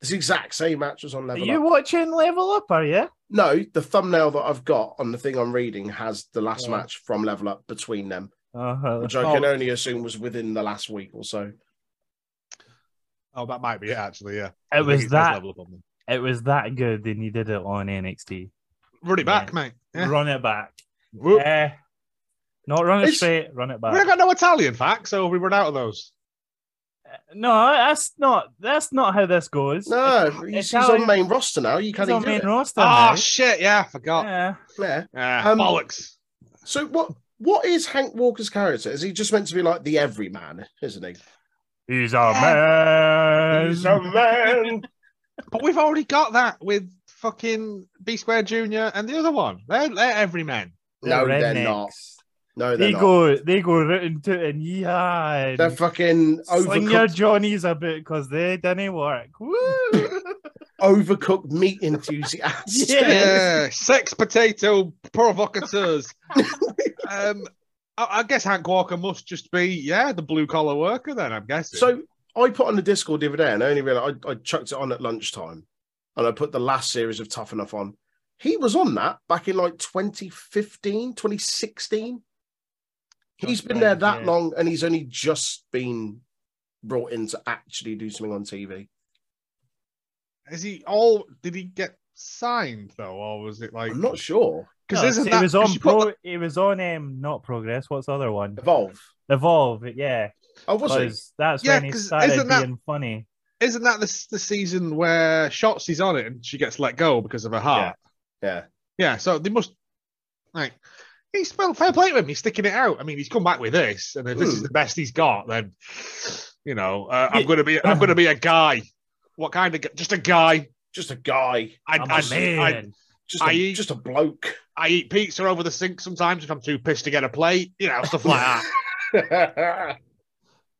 This exact same match was on Are Level Up. you watching Level Up? Are you? No, the thumbnail that I've got on the thing I'm reading has the last Oh. match from Level Up between them, Uh-huh. which I can only assume was within the last week or so. Oh, that might be it actually. Yeah, I It think was does that. level up on them. It was that good. They needed it on NXT. Run it back, mate. Yeah. Run it back. Whoop. Eh, not run it It's- straight. Run it We ain't back. got no Italian facts, so we run out of those. No, that's not. That's not how this goes. No, It's- he's, he's Italian- on main roster now. You He's can't even on do main it. roster. Ah, now. shit. Yeah, I forgot. yeah. Yeah. Ah, Um, bollocks. So what? What is Hank Walker's character? Is he just meant to be like the everyman, isn't he? He's a man. <laughs> man. But we've already got that with fucking B Square Junior and the other one. They're, they're every man. no, they're rednecks. not. No, they're They not. go. They go rooting to and yeehaw. and They're fucking Sling your overcooked, johnnies a bit because they didn't work. Woo! overcooked meat enthusiasts. <laughs> Yeah. sex potato <laughs> provocateurs. um, I, I guess Hank Walker must just be yeah the blue collar worker then. I'm guessing. So I put on the Discord the other day, and I only realized I, I chucked it on at lunchtime, and I put the last series of Tough Enough on. He was on that back in like 2015, 2016. He's been there that Yeah. long, and he's only just been brought in to actually do something on TV. Is he all? Did he get signed though, or was it like? I'm not sure. Because No, isn't it that was <laughs> 'cause on you put pro. that- It was on um, not progress. What's the other one? Evolve. Evolve. Yeah, Oh, was he? 'cause that's Yeah, when he 'cause started isn't being that- funny. isn't that the, the season where Shotzi's on it and she gets let go because of her heart? Yeah. Yeah, so they must like he's well fair play to him. He's sticking it out. I mean, he's come back with this, and if this is Hmm. the best he's got, then you know uh, I'm Yeah. gonna be I'm gonna be a guy. What kind of gu- just a guy? Just a guy. I, I'm I, a man. I, Just I a, eat- just a bloke. I eat pizza over the sink sometimes if I'm too pissed to get a plate. You know stuff like <laughs> <laughs> that.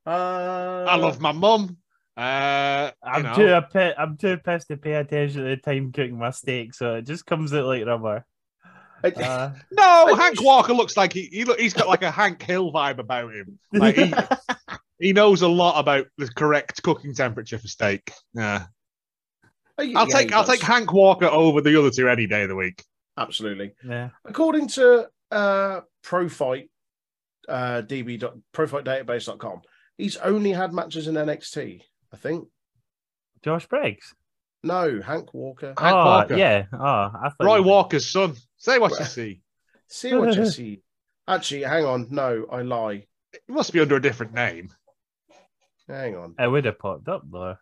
Uh, I love my mum. Uh, I'm you know, too a pi- I'm too pissed to pay attention to the time cooking my steak, so it just comes out like <laughs> rubber. <laughs> Uh, No, Hank Walker looks like he, he look, he's got like a Hank Hill vibe about him. <laughs> Like he, he knows a lot about the correct cooking temperature for steak. Yeah. I'll take I'll take Hank Walker over the other two any day of the week. Absolutely. yeah. According to uh, Profight, uh, DB, dot- profightdatabase.com, he's only had matches in NXT, I think. Josh Briggs. No, Hank Walker. Hank oh, Walker. yeah. Oh, I thought Roy you- Walker's son. Say what you Well- see. See what you see. Actually, hang on. No, I lie. He must be under a different name. Hang on. It would have popped up though.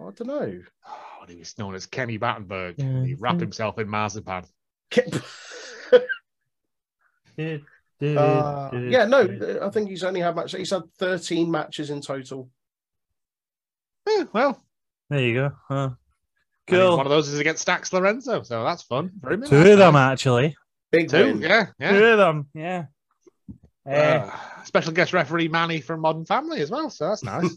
I don't know. Oh, and he was known as Kenny Battenberg. Yeah, He wrapped yeah. himself in marzipan. <laughs> Du- du- Uh, du- yeah, du- no, I think he's only had matches. He's had 13 matches in total. Eh, well, There you go. Huh. I mean, Cool. one of those is against Stax Lorenzo, so that's fun. Very Two of them actually. Big Two, win. <laughs> yeah, Two yeah. of them. Yeah. Eh, Uh, special guest referee Manny from Modern Family as well, so <laughs> that's nice.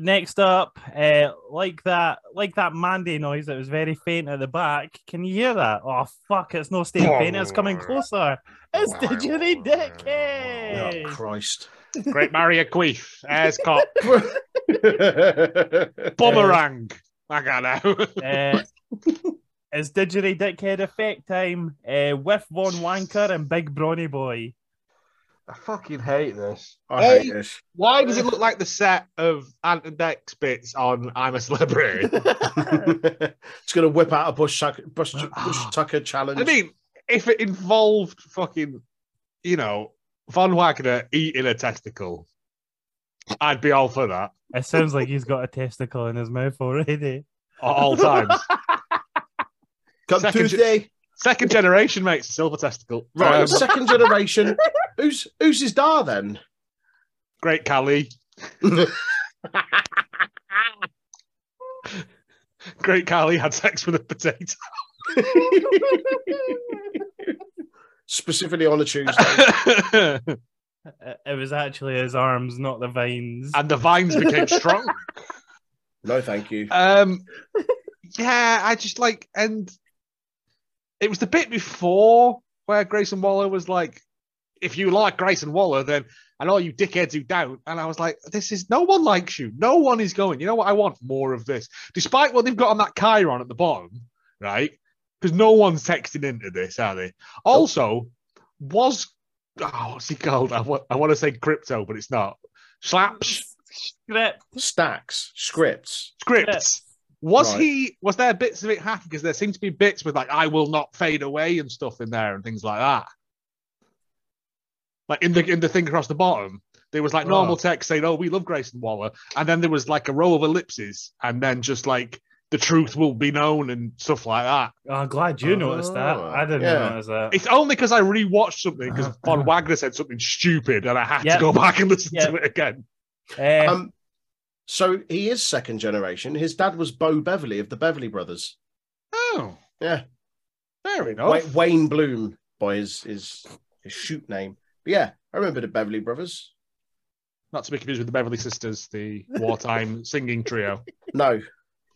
next up, uh, like that, like that Mandy noise that was very faint at the back. Can you hear that? Oh fuck! It's no Oh. staying faint. It's coming closer. It's the Jury Oh, Dickhead. <laughs> Christ. Great Mario Queef, Airs Cop, Boomerang. I got know. <laughs> uh, it's Didgery Dickhead effect time uh, with Von Wanker and Big Brawny Boy. I fucking hate this. I hate this. <laughs> Why does it look like the set of Ant and Dex bits on I'm a <laughs> Celebrity? it's going to whip out a bush, tuck, bush, bush tucker challenge. I mean, if it involved fucking, you know, Von Wagner eating a testicle, I'd be all for that It sounds like he's got a testicle in his mouth already. <laughs> at all times. Come second- Tuesday. Second generation, mate, it's a silver testicle. Right, Um, second generation. Who's who's his da then? great Cali. Great Cali had sex with a potato. Specifically on a Tuesday. <laughs> It, it was actually his arms, not the vines. and the vines became strong. no, thank you. Um, yeah, I just like, and it was the bit before where Grayson Waller was like, if you like Grayson Waller, then and all you dickheads who don't. And I was like, this is no one likes you. No one is going. You know what? I want more of this, despite what they've got on that Chiron at the bottom, right? Because no one's texting into this, are they? Also, was oh, what's he called? I want, I want to say crypto, but it's not. Slaps Script. Stacks, scripts. scripts. Was Right. he? Was there bits of it happy? Because there seemed to be bits with like "I will not fade away" and stuff in there and things like that. Like in the in the thing across the bottom, there was like normal Oh. text saying, "Oh, we love Grayson Waller," and then there was like a row of ellipses, and then just like the truth will be known and stuff like that. Oh, I'm glad you noticed that. Oh, I didn't yeah. notice that. It's only because I rewatched something because Von Wagner said something stupid, and I had Yeah. to go back and listen Yeah. to it again. Eh, Um, so he is second generation. His dad was Bo Beverly of the Beverly Brothers. Oh, Yeah. fair enough. Wa- Wayne Bloom by his, his his shoot name. But yeah, I remember the Beverly Brothers. Not to be confused with the Beverly Sisters, the wartime singing trio. No,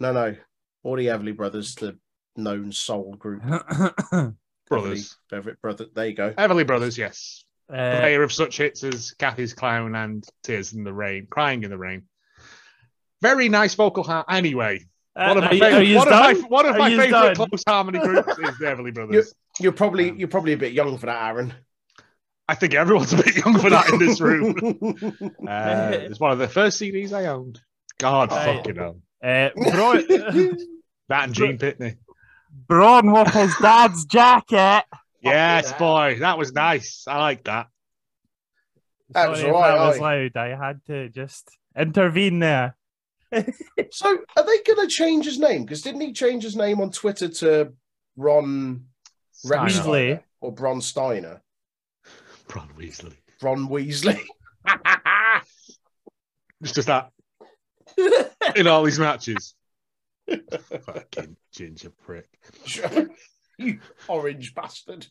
no, no. All the Everly Brothers, the known soul group. Brothers. Beverly, Beverly Brother. There you go. Everly Brothers, yes. <coughs> eh, Purveyor of such hits as Kathy's Clown and Tears in the Rain, Crying in the Rain. Very nice vocal har Anyway, one of eh, Uh, are my you- are favorite, you one of my, done? one of Are my you favorite done? close harmony groups is the Everly Brothers. You're probably you're probably a bit young for that, Aaron. I think everyone's a bit young <laughs> for that in this <laughs> room. Uh, it's one of the first CDs I owned. God Right. fucking hell. Uh, Bro- <laughs> That and Gene Pitney. Braunwaffle's dad's jacket. Yes, boy. That was nice. I like that. That was Sorry if all right, That was aye. loud. I had to just intervene there. <laughs> So are they going to change his name? Because didn't he change his name on Twitter to Ron Steiner. Weasley. or Bron Steiner? Ron Weasley. Ron Weasley. <laughs> It's just that in all these matches. Fucking ginger prick. you orange bastard.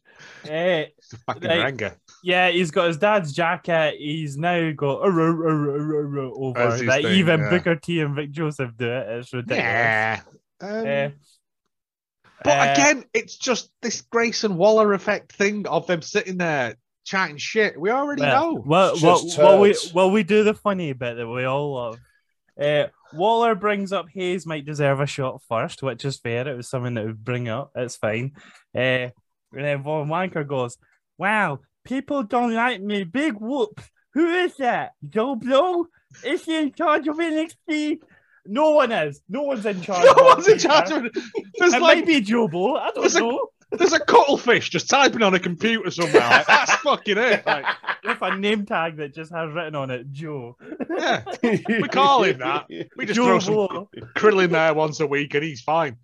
Eh, It's a fucking Right. anger. yeah, he's got his dad's jacket. He's now got "Arr, arr, arr, arr, arr, arr," over That's his that. thing, Even yeah. Booker T and Vic Joseph do it. It's ridiculous. Yeah. Um, Eh, but eh, again, it's just this Grayson Waller effect thing of them sitting there chatting shit. We already well, <laughs> know. well, it's well, just well, we turds. well we do the funny bit that we all love. Eh, Waller brings up Hayes might deserve a shot first, which is fair. It was something that would bring up. It's fine. Eh, and then Von Wanker goes, "Wow, people don't like me. Big whoop. Who is that? Joe Blow? Is he in charge of NXT? No one is. No one's in charge. <laughs> no of one's in NXT. charge of it. There's It like might be Joe Blow. I don't There's a- know. there's a cuttlefish just typing on a computer somewhere. Like, that's fucking <laughs> it. Like, With a name tag that just has written on it, Joe. yeah, we call him that. We just Joe throw some Blow. krill in there once a week and he's fine.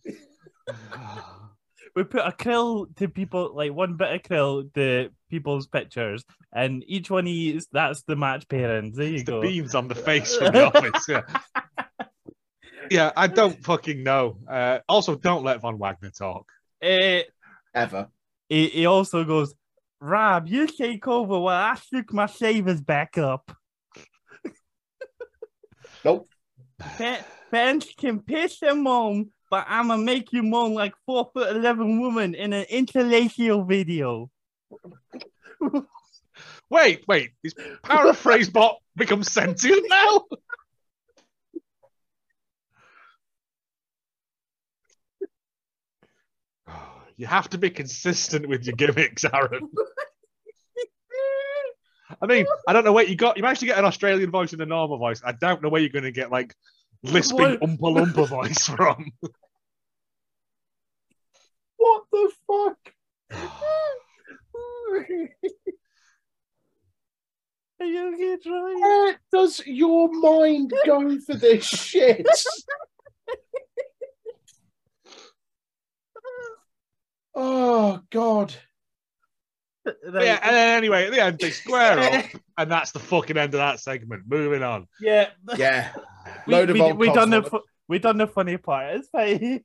we put a krill to people like one bit of krill to people's pictures and each one eats that's the match pairings there you It's the go beams on the face from <laughs> the office. Yeah. yeah, I don't fucking know. Uh, also, don't let Von Wagner talk. Eh, Ever. he, he also goes Rob you take over while I stick my savers back up Nope. Pe- fans can piss and moan but I'ma make you moan like four foot eleven woman in an interlacial video Wait, wait. Is paraphrase bot become sentient now? <sighs> You have to be consistent with your gimmicks, Aaron. I mean, I don't know where you got. You managed to get an Australian voice and a normal voice. I don't know where you're going to get like lisping What? umpa lumpa voice from. What the fuck? Are you okay, Troy? Where does your mind go for this <laughs> shit? oh God. Right. yeah, and then anyway, at the end, they square up, and that's the fucking end of that segment. Moving on. yeah. Yeah. <laughs> we, Load of we, old we cons done the on it. fu- we done the funny part. It's <laughs> fine.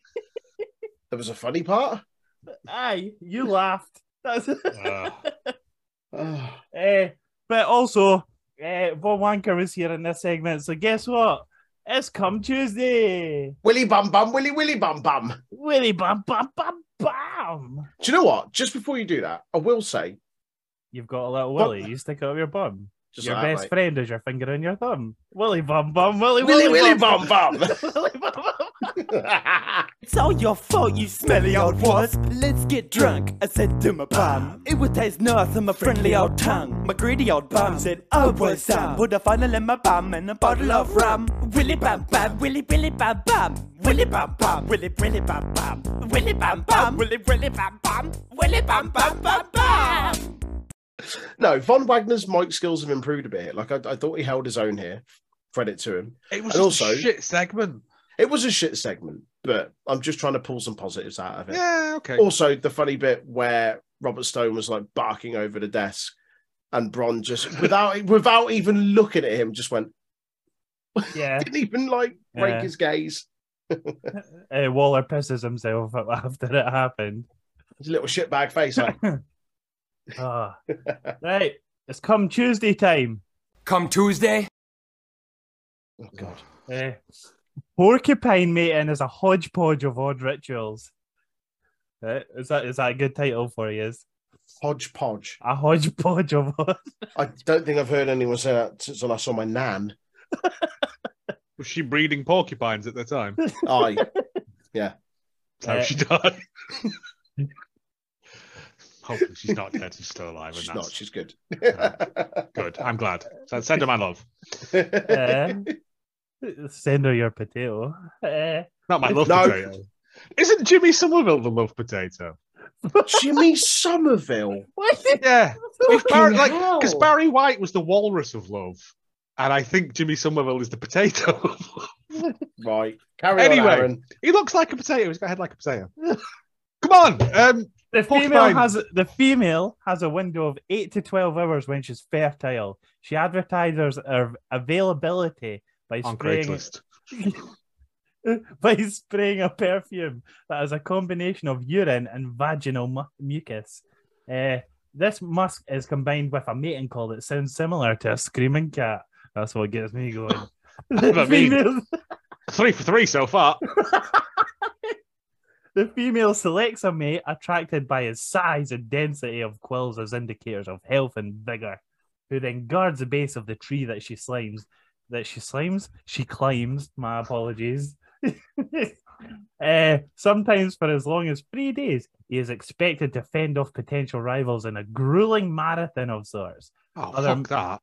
There was a funny part. Aye, you laughed. That's <laughs> Uh, Oh, Eh, but also, uh, Von Wanker was here in this segment, so guess what? It's come Tuesday. Willy bum bum, willy willy bum bum. Willy bam bam bam bam. Do you know what? Just before you do that, I will say, You've got a little What? willy. You stick it up your bum. just your like that, best mate. friend is your finger and your thumb. Willy bum bum. Willy Willy willy, willy bum. bum bum. <laughs> <laughs> willy bum bum. It's all your fault, you smelly old wasp. Let's get drunk, I said to my bum. It would taste nice on my friendly old tongue. My greedy old bum said, Oh, boy, some. Put a funnel in my bum and a bottle of rum. Willy bum bum, willy willy bum bum. Willy bum bum, willy willy bum bum. Willy bum bum, willy willy bum bum. Willy bum bum bum bum. no, Von Wagner's mic skills have improved a bit. Like I, I thought he held his own here. Credit to him. it was And just also- a shit segment. It was a shit segment, but I'm just trying to pull some positives out of it. Yeah, okay. Also, the funny bit where Robert Stone was like barking over the desk, and Bron just without without even looking at him, just went Yeah. didn't even like break Yeah. his gaze. Uh, Waller pisses himself <laughs> after it happened. His little shitbag face. Like, <laughs> Ah. right. It's come Tuesday time. Come Tuesday, oh god. Eh, Porcupine mating is a hodgepodge of odd rituals. Eh, Is that is that a good title for you? Is Hodgepodge. a hodgepodge of <laughs> odd. I don't think I've heard anyone say that since I saw my nan. Was she breeding porcupines at the time? I That's how Uh, she died. Hopefully she's not dead. She's still alive. And She's that's not. She's good. <laughs> good. I'm glad. So send her my love. Uh, send her your potato. Uh, Not my love No. potato. Isn't Jimmy Somerville the love potato? Jimmy Somerville. Yeah. If Barry, like, hell. because Barry White was the walrus of love, and I think Jimmy Somerville is the potato. of love. <laughs> Right. Carry Anyway. on, Aaron. he looks like a potato. He's got a head like a potato. Come on. Um, the Porcupine. female has the female has a window of eight to twelve hours when she's fertile. She advertises her availability by on spraying Craigslist. <laughs> by spraying a perfume that is a combination of urine and vaginal mu- mucus. Uh, this musk is combined with a mating call that sounds similar to a screaming cat. That's what gets me going. what the, I mean. female, Three for three so far. Oh, the female selects a mate attracted by his size and density of quills as indicators of health and vigor, who then guards the base of the tree that she slimes. That she slimes? She climbs. My apologies. <laughs> Uh, sometimes for as long as three days, he is expected to fend off potential rivals in a grueling marathon of sorts. Oh, Other- fuck that.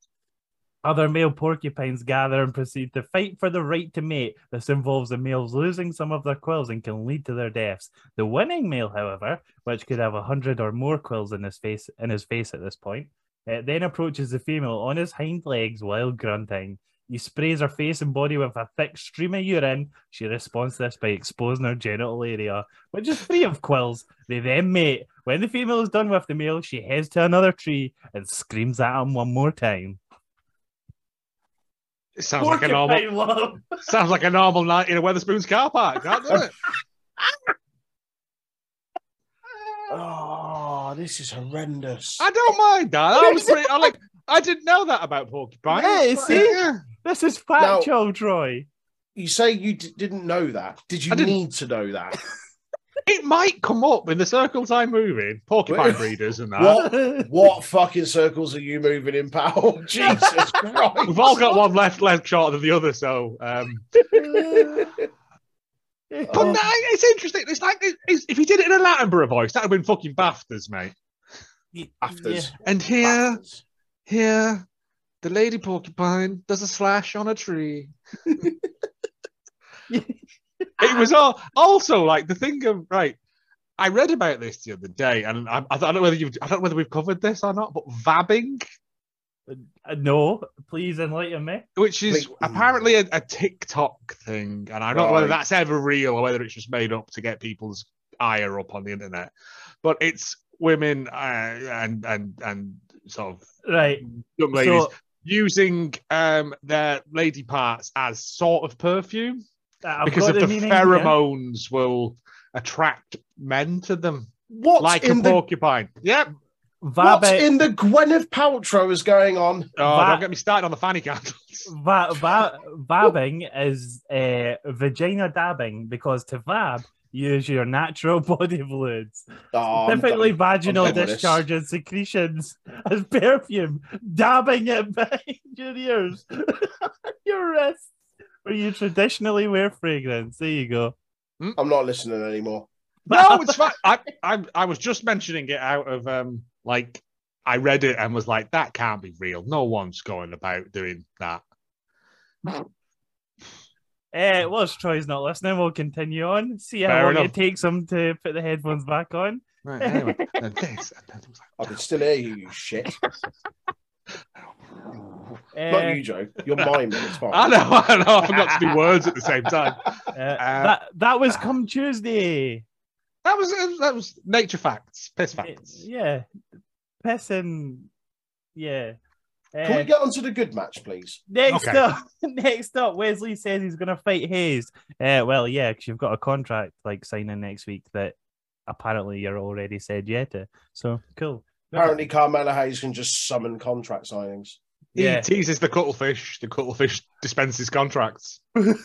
Other male porcupines gather and proceed to fight for the right to mate. This involves the males losing some of their quills and can lead to their deaths. The winning male, however, which could have a hundred or more quills in his face in his face at this point, uh, then approaches the female on his hind legs while grunting. He sprays her face and body with a thick stream of urine. She responds to this by exposing her genital area, which is free of quills. They then mate. When the female is done with the male, she heads to another tree and screams at him one more time. It sounds like a normal sounds like a normal night in a Weatherspoons car park. Can't do <laughs> it. Oh, this is horrendous. I don't mind that. I was pretty, I like. I didn't know that about porcupines. Yeah, But, see? yeah. This is factual, Troy. You say you d- didn't know that. Did you I didn't. need to know that? it might come up in the circles I move in, porcupine What? breeders and that. <laughs> What what fucking circles are you moving in, pal? <laughs> <laughs> Jesus Christ! We've all got one left leg shorter than the other, so um, But no, it's interesting. It's like it- it's, if he did it in a Attenborough voice, that'd have been fucking BAFTAs, mate. Afters. And here, Afters. here, the lady porcupine does a slash on a tree. <laughs> it was all also like the thing of right. I read about this the other day, and I, I don't know whether you, I don't know whether we've covered this or not, but vabbing, Uh, no, please enlighten me. which is Wait. apparently a, a TikTok thing, and I don't know whether Right. that's ever real or whether it's just made up to get people's ire up on the internet. But it's women uh, and and and sort of Right. young ladies So using um their lady parts as sort of perfume uh, I've because got of the, meaning here. pheromones will attract men to them What's like a in the porcupine. Yep. Oh, what's Vabbit, in the Gwyneth Paltrow is going on? Oh, That- don't get me started on the fanny candles. <laughs> va- va- vabbing is uh, vagina dabbing because to vab, you use your natural <laughs> body fluids, Oh, I'm typically done. vaginal I'm done with this. discharge and secretions as perfume, dabbing <laughs> it behind your ears, <laughs> your wrists, where you traditionally wear fragrance. There you go. I'm not listening anymore. <laughs> no, it's fine. I, I I was just mentioning it out of um like I read it and was like that can't be real. No one's going about doing that. Uh, well, as Troy's not listening, we'll continue on. See how Fair long enough. it takes him to put the headphones back on. <laughs> Right, anyway, and this, and then it was I can still hear you, you <laughs> shit. Uh, Not you, Joe. You're miming. It's fine. like, <laughs> I know, I know, I forgot to do words at the same time. uh, that that ah. was come Tuesday. That was that was nature facts, piss facts. Yeah, pissing. Yeah. Uh, Can we get onto the good match, please? next Okay. up, <laughs> next up, Wesley says he's going to fight Hayes. Uh, well, yeah, because you've got a contract like signing next week that apparently you're already said yeah to. So cool. Apparently, Carmella Hayes can just summon contract signings. Yeah. He teases the cuttlefish. The cuttlefish dispenses contracts. The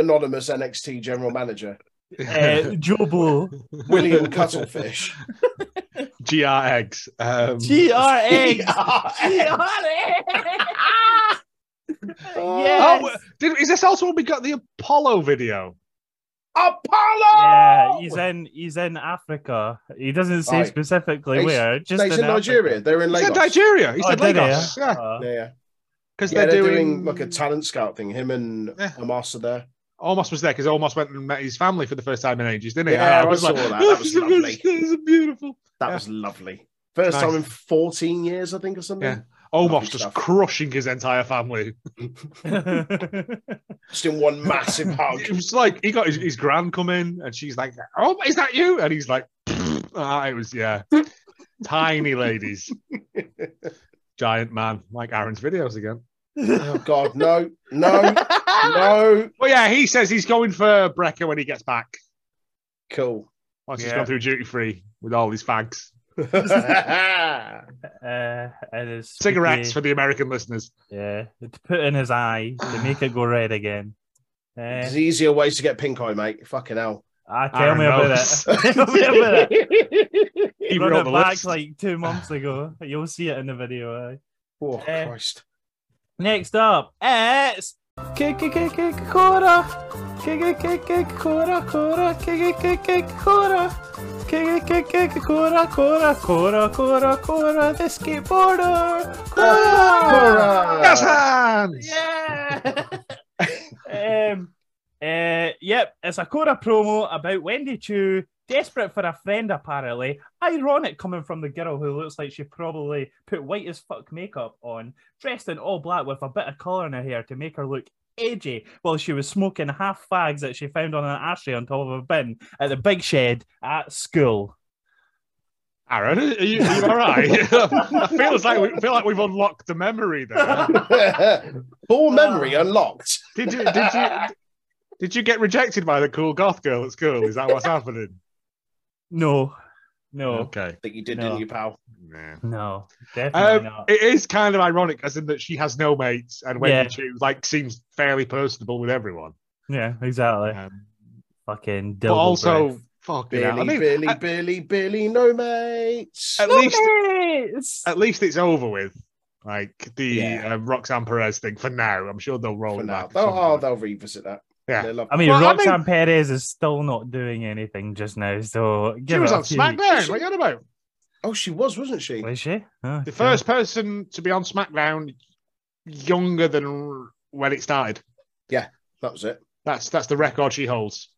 anonymous NXT general manager, Uh, <laughs> <laughs> Jobo. <laughs> William Cuttlefish. GR eggs. Um, GRA. <laughs> Yeah. GRA. oh, yes. did, is this also when we got the Apollo video? Apollo. Yeah, he's in he's in Africa. He doesn't say Right. specifically He's- where. Just He's in, Africa. Nigeria. They're in He said Lagos. Nigeria. He Oh, said did he? Lagos. Yeah, Uh, Yeah, yeah. because Yeah, they're, doing... like a talent scout thing. Him and Yeah. Amos are there. Almost was there because Almost went and met his family for the first time in ages, didn't he? Yeah, I saw like, that. That <laughs> was lovely. This is beautiful. That Yeah. was lovely. First Nice. time in 14 years, I think, or something. Yeah. Almost Lovely just stuff. crushing his entire family. Uh, Just in one <laughs> massive hug. It was like he got his, his gran come in and she's like, "Oh, is that you?" And he's like, ah, "It was yeah, <laughs> tiny ladies, giant man, like Aaron's videos again." oh, God. No, <laughs> no, no. Well, yeah, he says he's going for Brecker when he gets back. <laughs> Cool. <laughs> Once he's Yeah. gone through duty free with all his fags, That's <laughs> uh, and his cigarettes sweetie- for the American listeners. yeah, to put in his eye to make it go red again. Uh, easier ways to get pink eye, mate. Fucking <laughs> hell. ah, tell Aaron me about knows. <laughs> it. <laughs> tell me about it. uh, <laughs> He Run wrote it the back list. like two months ago. You'll see it in the video. aye. Oh, Eh. <laughs> Christ. Next up, it's Kikikikikora. Kikikikikora, kora, kikikikikora. Kikikikikora, kora, kora, kora, kora, the skateboarder. Kora! Yes, uh, hands. Yeah! um, uh, yep, it's a Cora promo about Wendy Chu, desperate for a friend apparently. Ironic coming from the girl who looks like she probably put white as fuck makeup on, dressed in all black with a bit of colour in her hair to make her look edgy while she was smoking half fags that she found on an ashtray on top of a bin at the big shed at school. Aaron, are you, are you all right? <laughs> I feels like we feel like we've unlocked a <laughs> memory there. <laughs> Ball memory Ah. unlocked. Did you? Did you? Did you get rejected by the cool goth girl at school? Is that what's happening? No, <laughs> no, Okay. I think you did, No. didn't you, pal? Nah. no, definitely Um, not. it is kind of ironic, as in that she has no mates, and when Yeah. she like seems fairly personable with everyone. Yeah, exactly. Um, Fucking but dildo breath. also, fucking hell. Billy, I mean, Billy, at, Billy, Billy, no mates. at least Yes. at least it's over with. Like the Yeah. um, Roxanne Perez thing for now. I'm sure they'll roll For it now. back. at They'll, some oh, point. they'll revisit that. Yeah. They love I mean, Well, I mean- Roxanne Perez is still not doing anything just now, so She give was it a on few SmackDown. weeks. What are you on about? Oh, she was, wasn't she? Was she? Oh, The God. first person to be on SmackDown younger than when it started. That was it. That's that's the record she holds.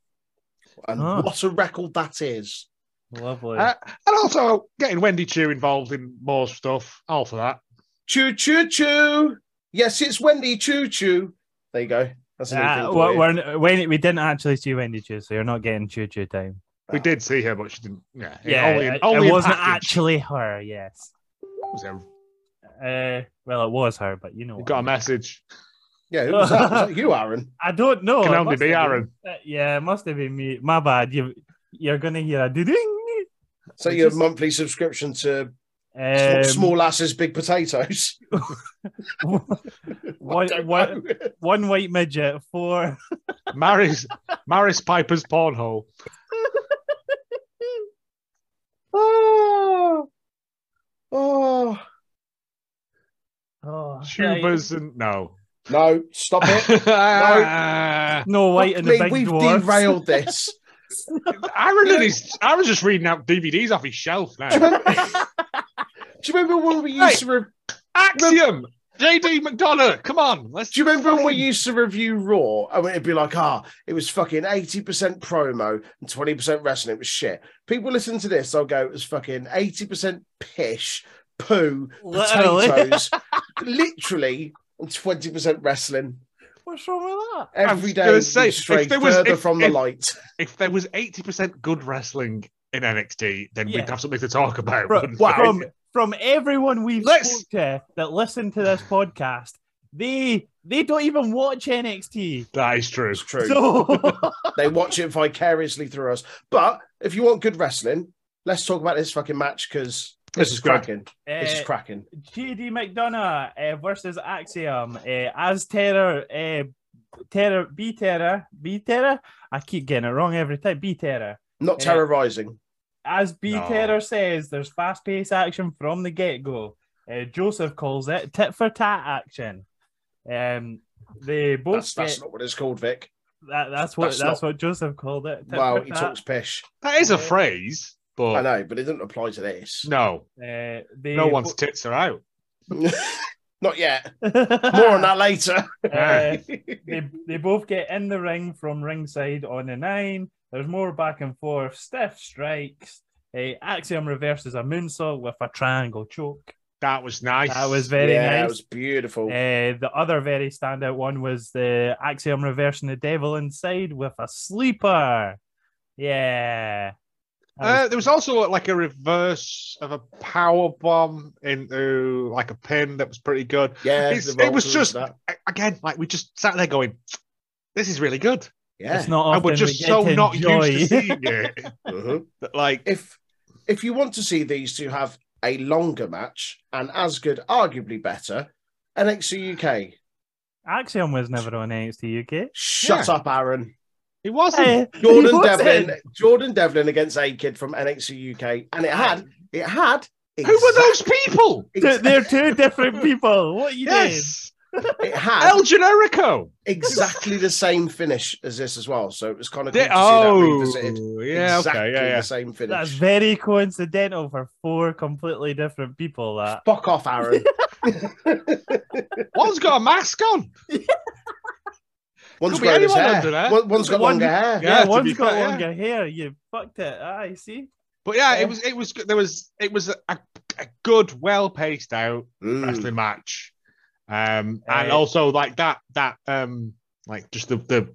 And Ah. what a record that is. Lovely. Uh, and also getting Wendy Chu involved in more stuff. All for that. Choo choo choo. Yes, it's Wendy Choo Choo. There you go. That's Ah, an Uh, we're, we're- when, we didn't actually see Wendy Chu, so you're not getting Choo Choo time. We did see her, but she didn't. Yeah, Yeah, only in- it, only it in wasn't package. actually her. Yes. So Uh, well, it was her, but you know, we what got I a mean. message. Yeah, who was that? <laughs> Was that you, Aaron? I don't know. Can It only must be have Aaron. been- uh, yeah, it must have been me. My bad. You, you're gonna hear a ding. So It your just- monthly subscription to sm- Um, Small Asses Big Potatoes. <laughs> one, Don't one, know. Um, <laughs> one white midget, four. Maris <laughs> Maris Piper's pornhole. Oh, <laughs> oh. Oh, Tubers <laughs> and no. Uh, No, stop it. Aaron No white and the Fuck me, big we've dwarfs. derailed <laughs> this. and his, Aaron's just reading out DVDs off his shelf Do you now. remember- <laughs> do you remember when we used Hey. to? Re- Axiom. JD McDonough. Come on. Let's Do you remember when we used to review Raw? I mean, it'd be like, ah, it was fucking 80% promo and 20% wrestling. It was shit. People listen to this, they'll go, it was fucking 80% pish, <laughs> poo, Literally. potatoes, literally, and 20% wrestling. What's wrong with that? Every was day, gonna we say, if stray there was- further if- from the if- light. if there was 80% good wrestling in NXT, then Yeah. we'd have something to talk about. <laughs> From, wouldn't wow. we? from, from everyone we've Let's- spoke to that listen to this podcast, they they don't even watch NXT. That is true. It's true. So uh, they watch it vicariously through us. But if you want good wrestling, let's talk about this fucking match because this, This is is good. cracking. this is uh, cracking. JD McDonough uh, versus Axiom uh, as Terror, uh, Terror, B Terror, B Terror. I keep getting it wrong every time. B Terror. Not yeah. terrorizing. As B No. Terror says, there's fast paced action from the get go. Uh, Joseph calls it tit for tat action. Um, they both That's, that's get- not what it's called, Vic. That, that's what That's that's, not- what Joseph called it. Well, Took he that. talks pish. That is a phrase, but I know, but it doesn't apply to this. no, Uh, they no <laughs> one's tits are out. <laughs> Not yet. More more on that <laughs> later. Uh, they, they both get in the ring from ringside on the nine. There's more back and forth. Steph strikes. Uh, Axiom reverses a moonsault with a triangle choke. That was nice. That was very yeah, it nice. was beautiful. Uh, the other very standout one was the Axiom reversing the devil inside with a sleeper. Yeah. That was- Uh, there was also like a reverse of a power bomb into like a pin that was pretty good. yeah, it's- the it was Vultures, just- that. A- Again, like we just sat there going, "This is really good," yeah. It's not Uh, and often we're just we get so to not enjoy. used to seeing it. Mhm. that, like, If if you want to see these two have a longer match and as good, arguably better, NXT UK. <laughs> Axiom was never on NXT UK. Shut Yeah. up, Aaron. it wasn't. Eh. He Jordan was Devlin. in. Jordan Devlin against A Kid from NXT UK, and it had it had. Who were exact- those people? They're- They're two different people. What are you doing? Yes, <laughs> It had El Generico. exactly the same finish as this as well. So it was kind of cool They- to oh, see that revisited. yeah, exactly okay, yeah, the yeah. same finish. That's very coincidental for four completely different people. That Fuck off, <laughs> Aaron. One's got a mask on. One's Could be grown his anyone hair. under there. One, one's got One- longer hair. Yeah, yeah, to be one's got fair, yeah. longer hair. You fucked it. Ah, I see. But yeah, it was it was good. there was it was a, a good, well paced out Mm. wrestling match, um, and Uh, also like that that um, like just the the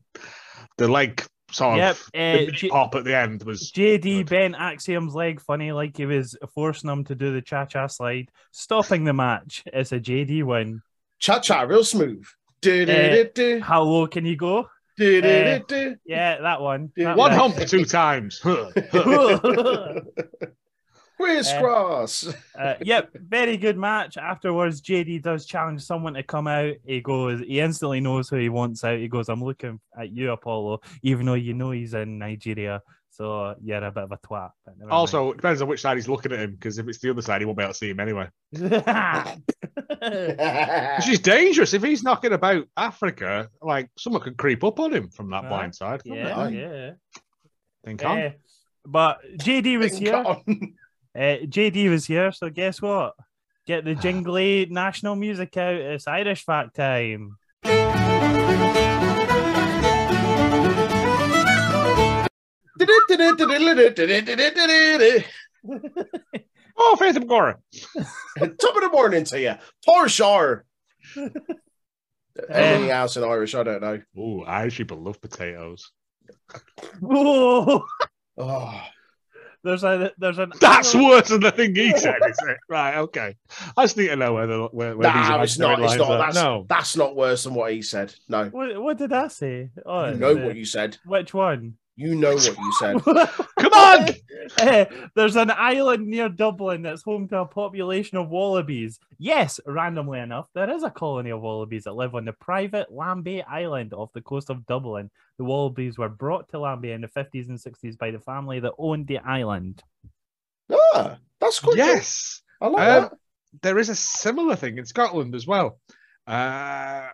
the leg sort Yep. of Uh, the meat J- pop at the end was JD bent Axiom's leg funny, like he was forcing him to do the cha cha slide, stopping the match. It's a JD win. Cha cha, real smooth. Do Eh. do do do How low can you go? do do do. Yeah, that one. Dude, That one one. hump two <laughs> times. <laughs> Huh, huh. uh, <laughs> Eh. Crisscross. yep, very good match. Afterwards, JD does challenge someone to come out. He goes, he instantly knows who he wants out. He goes, I'm looking at you, Apollo, even though you know he's in Nigeria. So you're a bit of a twat. but never mind. <laughs> also, it depends on which side he's looking at him because if it's the other side, he won't be able to see him anyway. well, Which <laughs> is dangerous if he's knocking about Africa. Like someone could creep up on him from that Yeah. blind side. couldn't they? yeah, Right. yeah. Think on. Eh, but JD was Think here. Uh, on. JD was here, so guess what? <sighs> Get the jingly national music out. It's Irish fact time. Oh, Faith Agora. Top of the morning to you. For sure. Um, Anything else in Irish? I don't know. Oh, Irish people love potatoes. Whoa! <laughs> Oh, There's a there's an That's Irish- worse than the thing he said, is it? Right, okay. I just need to know where the where, where nah, these it's not. It's not. imaginary lines That's, are. No. that's not worse than what he said. No. What, what did I say? Oh, You know the- what you said. Which one? You know what you <laughs> said. <laughs> Come on! Eh, There's an island near Dublin that's home to a population of wallabies. Yes, randomly enough, there is a colony of wallabies that live on the private Lambay Island off the coast of Dublin. The wallabies were brought to Lambay in the 50s and 60s by the family that owned the island. Ah, that's good. Yes. I like Um, that. There is a similar thing in Scotland as well. Uh,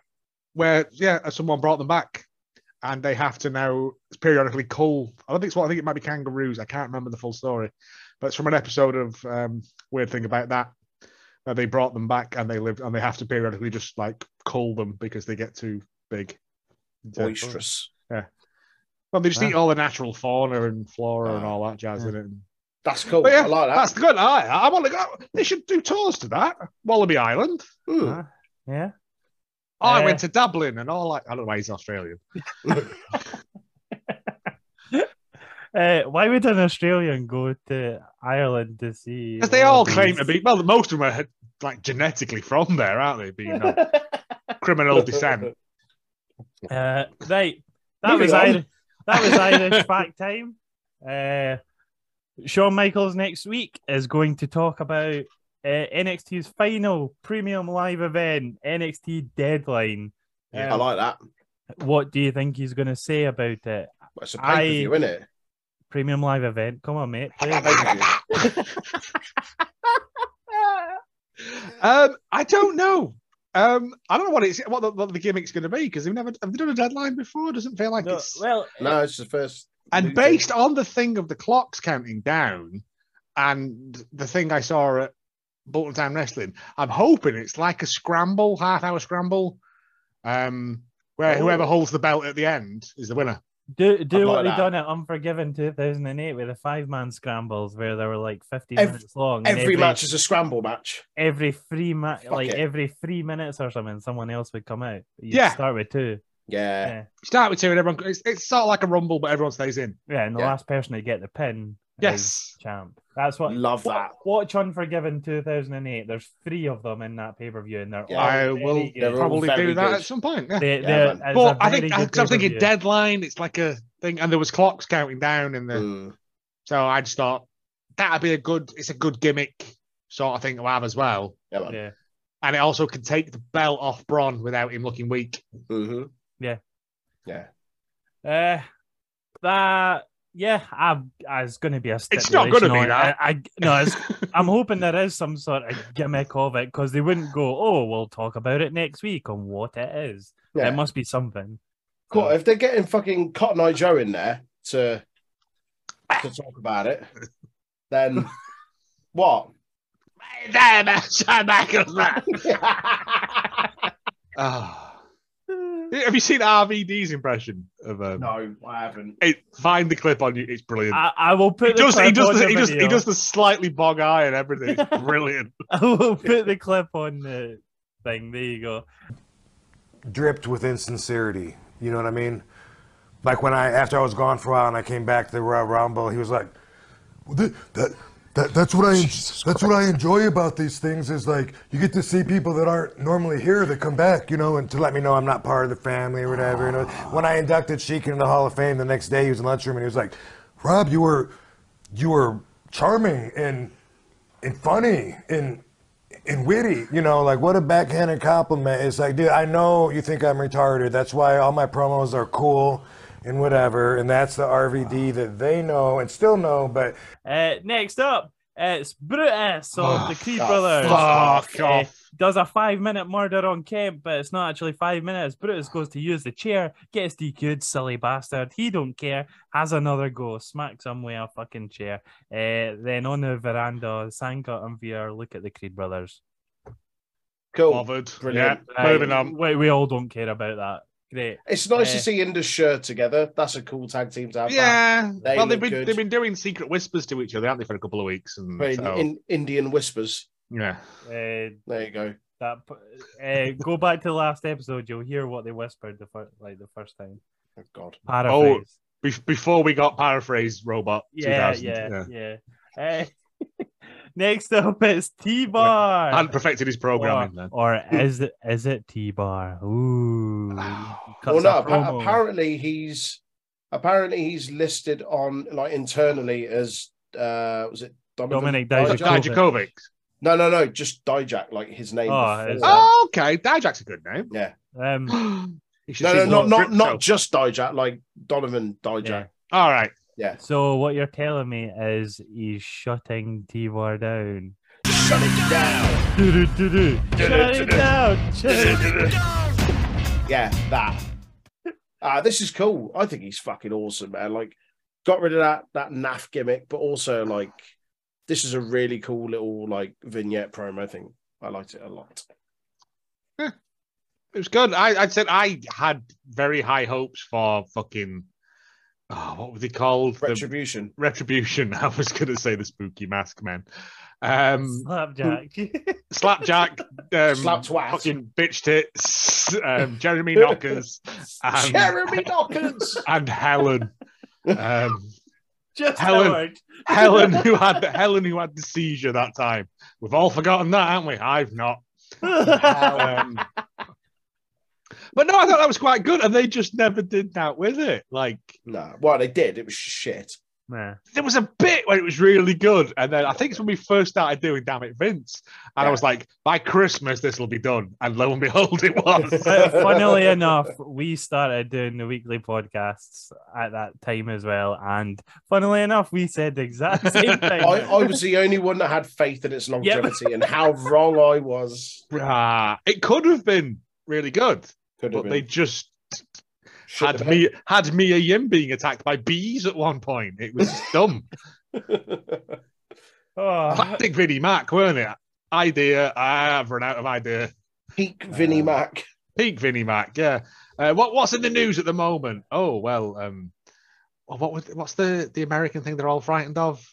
where yeah, someone brought them back and they have to now periodically cull. I don't think it's what I think it might be kangaroos. I can't remember the full story. But it's from an episode of um, Weird Thing About That. Where they brought them back and they lived and they have to periodically just like cull them because they get too big. Boisterous. Well, they just Yeah. eat all the natural fauna and flora and Ah, all that jazz yeah. in it. That's cool. But yeah, Oh, I like that. That's good. I, I want to go. They should do tours to that Wallaby Island. Hmm. Huh? Yeah. Oh, I Yeah. went to Dublin and all that. I don't know why he's Australian. Eh, why would an Australian go to Ireland to see? Because they all claim wallabies? to be. Well, most of them are like genetically from there, aren't they? <laughs> Being of criminal descent. Uh, right. That Moving was on. Irish. That <laughs> was Irish fact time. Uh, Shawn Michaels next week is going to talk about uh, NXT's final premium live event, NXT Deadline. Eh, I like that. What do you think he's going to say about it? It's a pay per view, I- isn't it? Premium live event. Come on, mate. Play it. Pay-per-view. Um, I don't know. Um, I don't know what it's what the, what the gimmick's going to be because they've never have they done a deadline before. Doesn't feel like No, it's well, No, it's the first. and new based on the thing of the clocks counting down, and the thing I saw at Bolton Town Wrestling, I'm hoping it's like a scramble, half hour scramble, um, where Oh. whoever holds the belt at the end is the winner. do do I'd what like they that. done at Unforgiven 2008 with the five man scrambles where they were like 15 Ev- minutes long. thing. and Every, match is a scramble match. every three ma- Fuck like it. every three minutes or something, someone else would come out. You'd Yeah. start with two. Yeah. Start with two, and everyone. It's, it's sort of like a rumble, but everyone stays in. Yeah, and the Yeah. last person to get the pin. is Yes. champ. That's what. Love wa- that. Watch Unforgiven 2008. There's three of them in that pay per view, and they're Yeah. all I very will good. They're all probably very do that good. at some point. Yeah. They, Yeah, they're- man. it's But a I very think good because I'm thinking pay-per-view. deadline, it's like a thing, and there was clocks counting down in the. Mm. So I'd start. That'd be a good. It's a good gimmick sort of thing to have as well, Yeah, man. Yeah. and it also can take the belt off Bron without him looking weak. hmm Uh, that yeah, I, I it's going to be a. It's not gonna stipulation be on it. that. I, I no, it's, I'm hoping there is some sort of gimmick of it because they wouldn't go. Oh, we'll talk about it next week on what it is. Yeah. It must be something. Cool. If they're getting fucking Cotton Eye Joe in there to to talk about it, <laughs> then what? <laughs> There, man, Shawn Michaels, man. Ah. Have you seen RVD's impression of? Um, No, Ah, I haven't. it, find the clip on you. It's brilliant. I, I will put he the does. He clip does. on The, the he does. He video. does the slightly bog eye and everything. <laughs> It's brilliant. <laughs> I will put the clip on the thing. There you go. dripped with insincerity. You know what I mean? Like when I, after I was gone for a while and I came back to the Royal Rumble, he was like, Th- that, that, that's what I that's what I enjoy about these things is like you get to see people that aren't normally here that come back, you know, and to let me know I'm not part of the family or whatever. You know, when I inducted Sheik into the Hall of Fame the next day, he was in the lunchroom and he was like, Rob, you were, you were charming and, and funny and, and witty, you know, like what a backhanded compliment. It's like, dude, I know you think I'm retarded. That's why all my promos are cool and whatever. And that's the RVD that they know and still know, but Uh, next up, it's Brutus of the Creed Brothers. Ah, fuck Uh, off. Does a five minute murder on Kemp, but it's not actually five minutes. Brutus goes to use the chair, gets DQ'd, silly bastard. He don't care, has another go, smacks him with a fucking chair. Uh, then on the veranda, Sanka and VR look at the Creed Brothers. Cool. Bothered. Brilliant. Yeah. Moving on. We, we all don't care about that. Great. It's nice Uh, to see Indus shirt together. That's a cool tag team to have. that. Yeah. They well, they've look been good. they've been doing secret whispers to each other, haven't they, for a couple of weeks? And Very so, in, Indian whispers. yeah. Uh, There you go. that p- uh, go back to the last episode, you'll hear what they whispered the first, like the first time. Oh, God. Paraphrase. Be- before we got paraphrased robot. yeah, 2000, yeah, yeah, Uh, <laughs> next up is T Bar. And perfected his programming then. <laughs> or, or is it is it T <sighs> Bar? Ooh. Well, cuts no. a appa- promo. apparently he's apparently he's listed on like internally as uh was it Donovan Dominic Dijak? Dijakovic. Dijakovic. No, no, no. Just Dijak, like his name. Oh, before. it's- Oh, okay. Dijak's a good name. yeah. <laughs> Um, <gasps> You should No, see no, not Lord not Crypto. not just Dijak, like Donovan Dijak. Yeah. All right. so what you're telling me is he's shutting T Bar down. Shut it down. Do-do-do-do. Shut it down. Shut <laughs> it down. Yeah, that. Ah, this is cool. I think he's fucking awesome, man. Like, got rid of that that naff gimmick, but also like, this is a really cool little like vignette promo thing. I liked it a lot. It was good. I, I said I had very high hopes for fucking oh, what was he called? The- Retribution. Retribution. <laughs> I was gonna say the spooky mask man. Um Slapjack. <laughs> <laughs> Slapjack, um, Slap twat. fucking bitch tits, um, Jeremy <laughs> Knockers, and, <laughs> Jeremy Knockers. and Helen. Um, Just Helen. Howard. Helen who had the Helen who had the seizure that time. We've all forgotten that, haven't we? I've <laughs> not. Um, but no, I thought that was quite good, and they just never did that with it. Like, no, well, they did. It was shit. Nah. There was a bit where it was really good, and then I think it's when we first started doing "Damn It, Vince," and I was like, "By Christmas, this will be done." And lo and behold, it was. <laughs> Funnily enough, we started doing the weekly podcasts at that time as well, and funnily enough, we said the exact I, <laughs> same thing. I was the only one that had faith in its longevity and how wrong I was. Ah, it could have been really good, Could but have been. they just Should've had been. me had Mia Yim being attacked by bees at one point. It was just dumb. <laughs> Oh, Classic Vinnie Mac, weren't it? Idea. I've run out of idea. Peak Vinnie Mac. Peak Vinnie Mac. Yeah. Uh, what What's in the news at the moment? Oh well. Um. oh, What was, What's the the American thing they're all frightened of?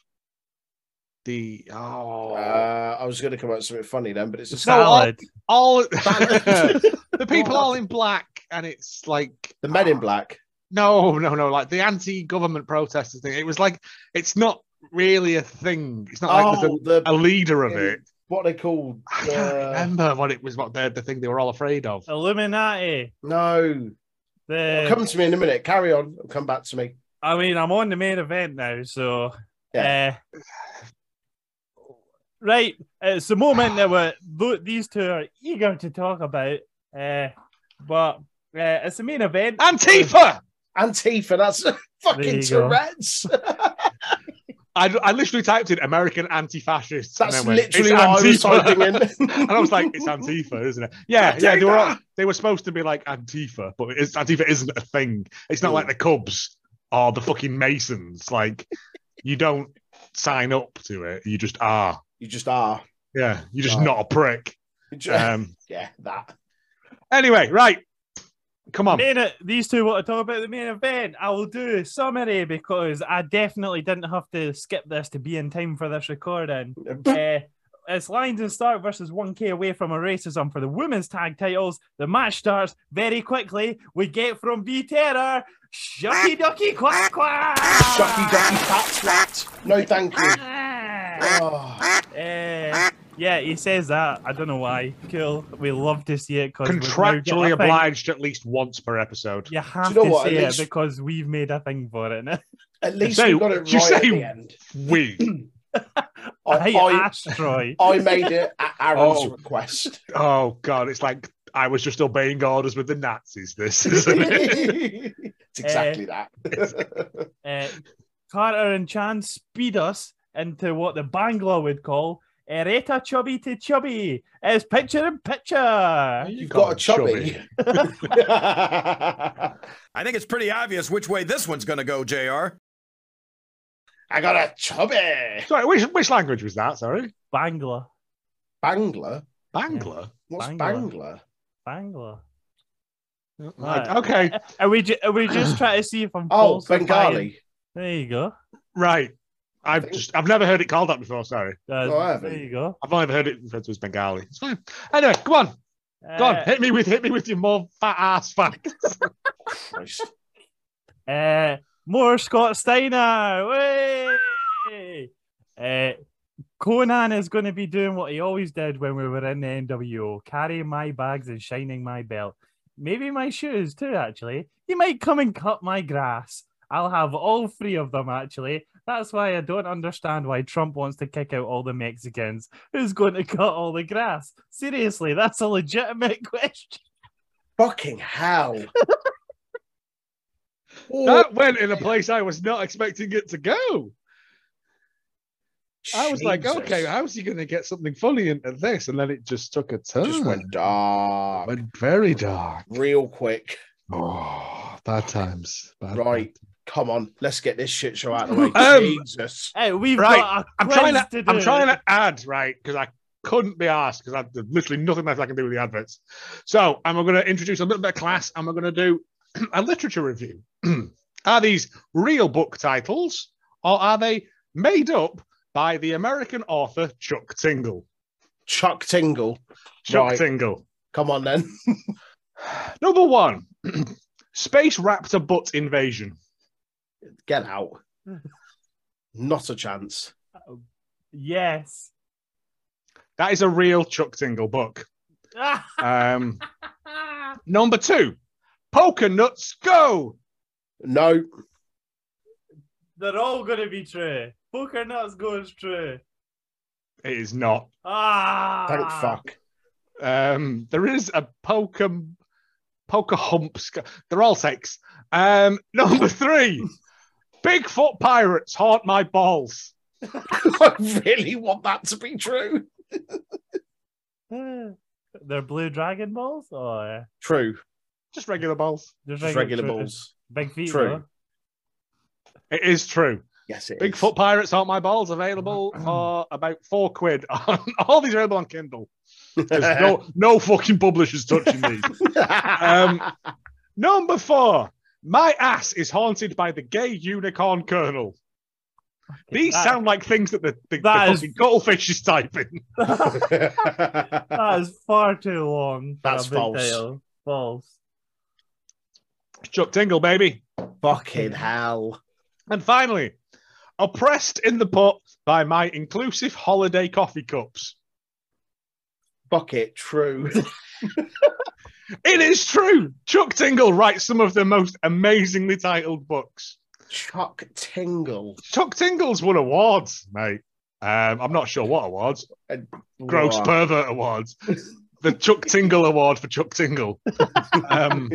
The oh. Uh, I was going to come up with something funny then, but it's a <laughs> No, all- salad. all Salad. <laughs> the people all in black, and it's like <laughs> The Men in Black. No, no, no. Like the anti-government protesters thing. It was like it's not really a thing. It's not like there's Oh, the a, a leader of it. what they called. I can't uh, remember what it was. What the, the thing they were all afraid of. Illuminati. no, The come to me in a minute. Carry on. It'll Come back to me. I mean, I'm on the main event now, so uh, right. uh, It's the moment that we're, tho- these two are eager to talk about, uh, but uh, it's the main event. Antifa. Antifa. That's <laughs> fucking you go. Tourette's. I, I literally typed in American anti-fascists. That's and then went, literally "It's what I was Antifa." typing in. <laughs> and I was like, "It's Antifa, isn't it?" Yeah, yeah. They were all, they were supposed to be like Antifa, but it's, Antifa isn't a thing. It's Hmm. not like the Cubs or the fucking Masons. Like, you don't sign up to it. You just are. You just are. Yeah, you're just Right. not a prick. You ju- Um, <laughs> yeah, that. anyway, right. Come on. Main, these two want to talk about the main event. I will do a summary because I definitely didn't have to skip this to be in time for this recording. Uh, it's Lions and Stark versus 1K away from a racism for the women's tag titles. The match starts very quickly. We get from V Terror, Shucky Ducky Quack Quack. Ducky, ducky, cat, rat. No, thank <laughs> you. Oh, Eh, yeah, he says that. I don't know why. Cool. We love to see it because Contractually obliged at least once per episode. You have know to what? At say least- it because we've made a thing for it. <laughs> now. at least say- we got it right you at say- the end. We. I, I hate I, asteroid. I made it <laughs> at Aaron's Oh. <laughs> request. Oh God, it's like I was just obeying orders with the Nazis. This isn't it? <laughs> it's Eh. exactly that. uh, Carter and Chan speed us into what the Bangla would call Ereta Chubby to Chubby as picture in picture. You've got, a chubby. <laughs> I think it's pretty obvious which way this one's going to go, JR. I got a chubby. Sorry, which, which language was that? Sorry, Bangla. Bangla? Bangla. What's Bangla. Bangla? Bangla. Right, Right. Okay, Are we, ju- are we just trying to see if I'm Oh, falsifying- Bengali. There you go. right. I've just I've never heard it called that before. Sorry, Uh, Oh, I haven't. there you go. I've only ever heard it referred to as Bengali. It's fine. Anyway, come on, go on, Uh, hit me with hit me with your more fat ass facts. Christ. Uh, more Scott Steiner. Way! Uh, Conan is going to be doing what he always did when we were in the NWO carry my bags and shining my belt. Maybe my shoes too, actually. He might come and cut my grass. I'll have all three of them, actually. That's why I don't understand why Trump wants to kick out all the Mexicans. Who's going to cut all the grass? Seriously, that's a legitimate <laughs> question. Fucking hell. <laughs> Oh, that went in a place I was not expecting it to go. I was like, Jesus. okay, how's he going to get something funny into this? And then it just took a turn. Just went dark Went very dark. real quick. Oh, bad times. Bad Right. Come on, let's get this shit show out of the way. <laughs> Um, Jesus. Hey, we've Right, got a I'm quiz trying to, to do. I'm trying to add right because I couldn't be asked because I've there's literally nothing else I can do with the adverts. So I'm going to introduce a little bit of class. and we're going to do <clears throat> a literature review. <clears throat> are these real book titles or are they made up by the American author Chuck Tingle? Chuck Tingle. Chuck Right. Tingle. Come on then. <laughs> Number one, <clears throat> space raptor butt invasion. Get out. <laughs> Not a chance. Yes. That is a real Chuck Tingle book. Ah! Um, number two, poker nuts go. No. They're all going to be true. Poker nuts goes true. It is not. Ah. Thank fuck. Um, there is a poker poker hump. sc- They're all sex. Um, number three, Bigfoot pirates haunt my balls. <laughs> I really want that to be true. <laughs> They're blue dragon balls Oh, or True. Just regular balls. Just Just regular regular true. balls. big feet? True. though? It is true. Yes, it is. <laughs> Bigfoot pirates haunt my balls. Available for about four quid. <laughs> On, all these available on Kindle. There's no no fucking publishers touching these. um, <laughs> number four. My ass is haunted by the gay unicorn colonel. These that- sound like things that the, the, the that is- fucking cuttlefish is typing. <laughs> That <laughs> is far too long. for a That's big false. title. False. Chuck Tingle, baby. <laughs> Fucking hell. And finally, oppressed in the pot by my inclusive holiday coffee cups. Fuck it. True. <laughs> It is true. Chuck Tingle writes some of the most amazingly titled books. Chuck Tingle. Chuck Tingle's won awards, mate. Um, I'm not sure what awards. Gross Wow. <laughs> pervert awards. The Chuck Tingle Award for Chuck <laughs> Tingle. um,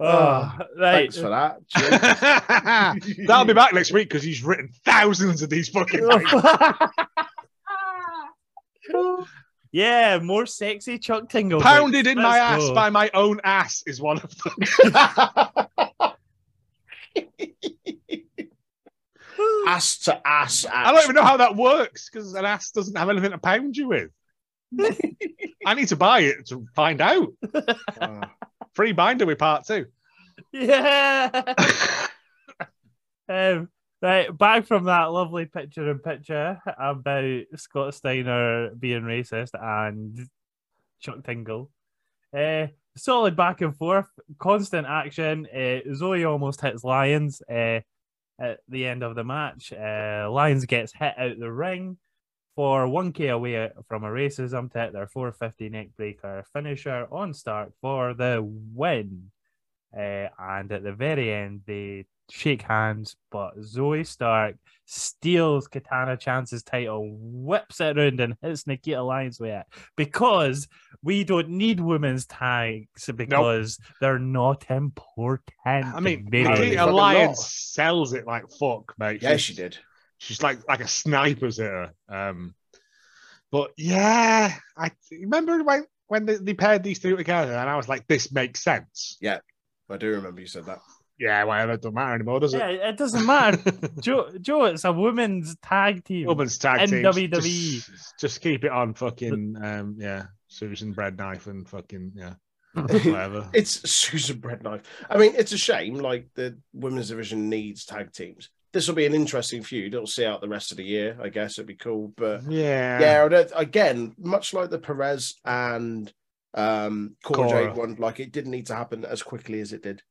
Oh, right. Ah, Thanks for that. Jeez. <laughs> <laughs> that'll be back next week because he's written thousands of these fucking Oh, things. <laughs> <laughs> yeah, more sexy Chuck Tingle. Pounded in Let's my ass go. by my own ass is one of them. ass to ass. I don't even know how that works because an ass doesn't have anything to pound you with. I need to buy it to find out. know. Free binder with part two. <laughs> Yeah. um, right, back from that lovely picture in picture about Scott Steiner being racist and Chuck Tingle. Uh, solid back and forth, constant action. Uh, Zoe almost hits Lions uh, at the end of the match. Uh, Lions gets hit out the ring for 1k away from a racism to hit their 450 neckbreaker finisher on Stark for the win. Uh, and at the very end, they shake hands, but Zoe Stark steals Katana Chance's title, whips it around, and hits Nikita Lyons with it because we don't need women's tags because they're not important. <laughs> I mean, baby. Nikita fucking Lyons not. sells it like fuck, mate. yeah, she did. She's like like a sniper's at her. Um, but yeah, I remember when when they, they paired these two together, and I was like, this makes sense. I do remember you said that. Yeah, whatever, it don't matter anymore, does yeah, it? it doesn't matter. <laughs> <laughs> Joe, Joe, it's a women's tag team. Women's tag In teams, WWE. Just, just keep it on fucking um, yeah, Susan Breadknife and fucking <laughs> yeah, whatever. It's Susan Breadknife. I mean, it's a shame. Like the women's division needs tag teams. This will be an interesting feud. It'll see out the rest of the year. I guess it'd be cool. But yeah, yeah, I don't- again, much like the Perez and um, Cora, Cora. Jade one, like it didn't need to happen as quickly as it did.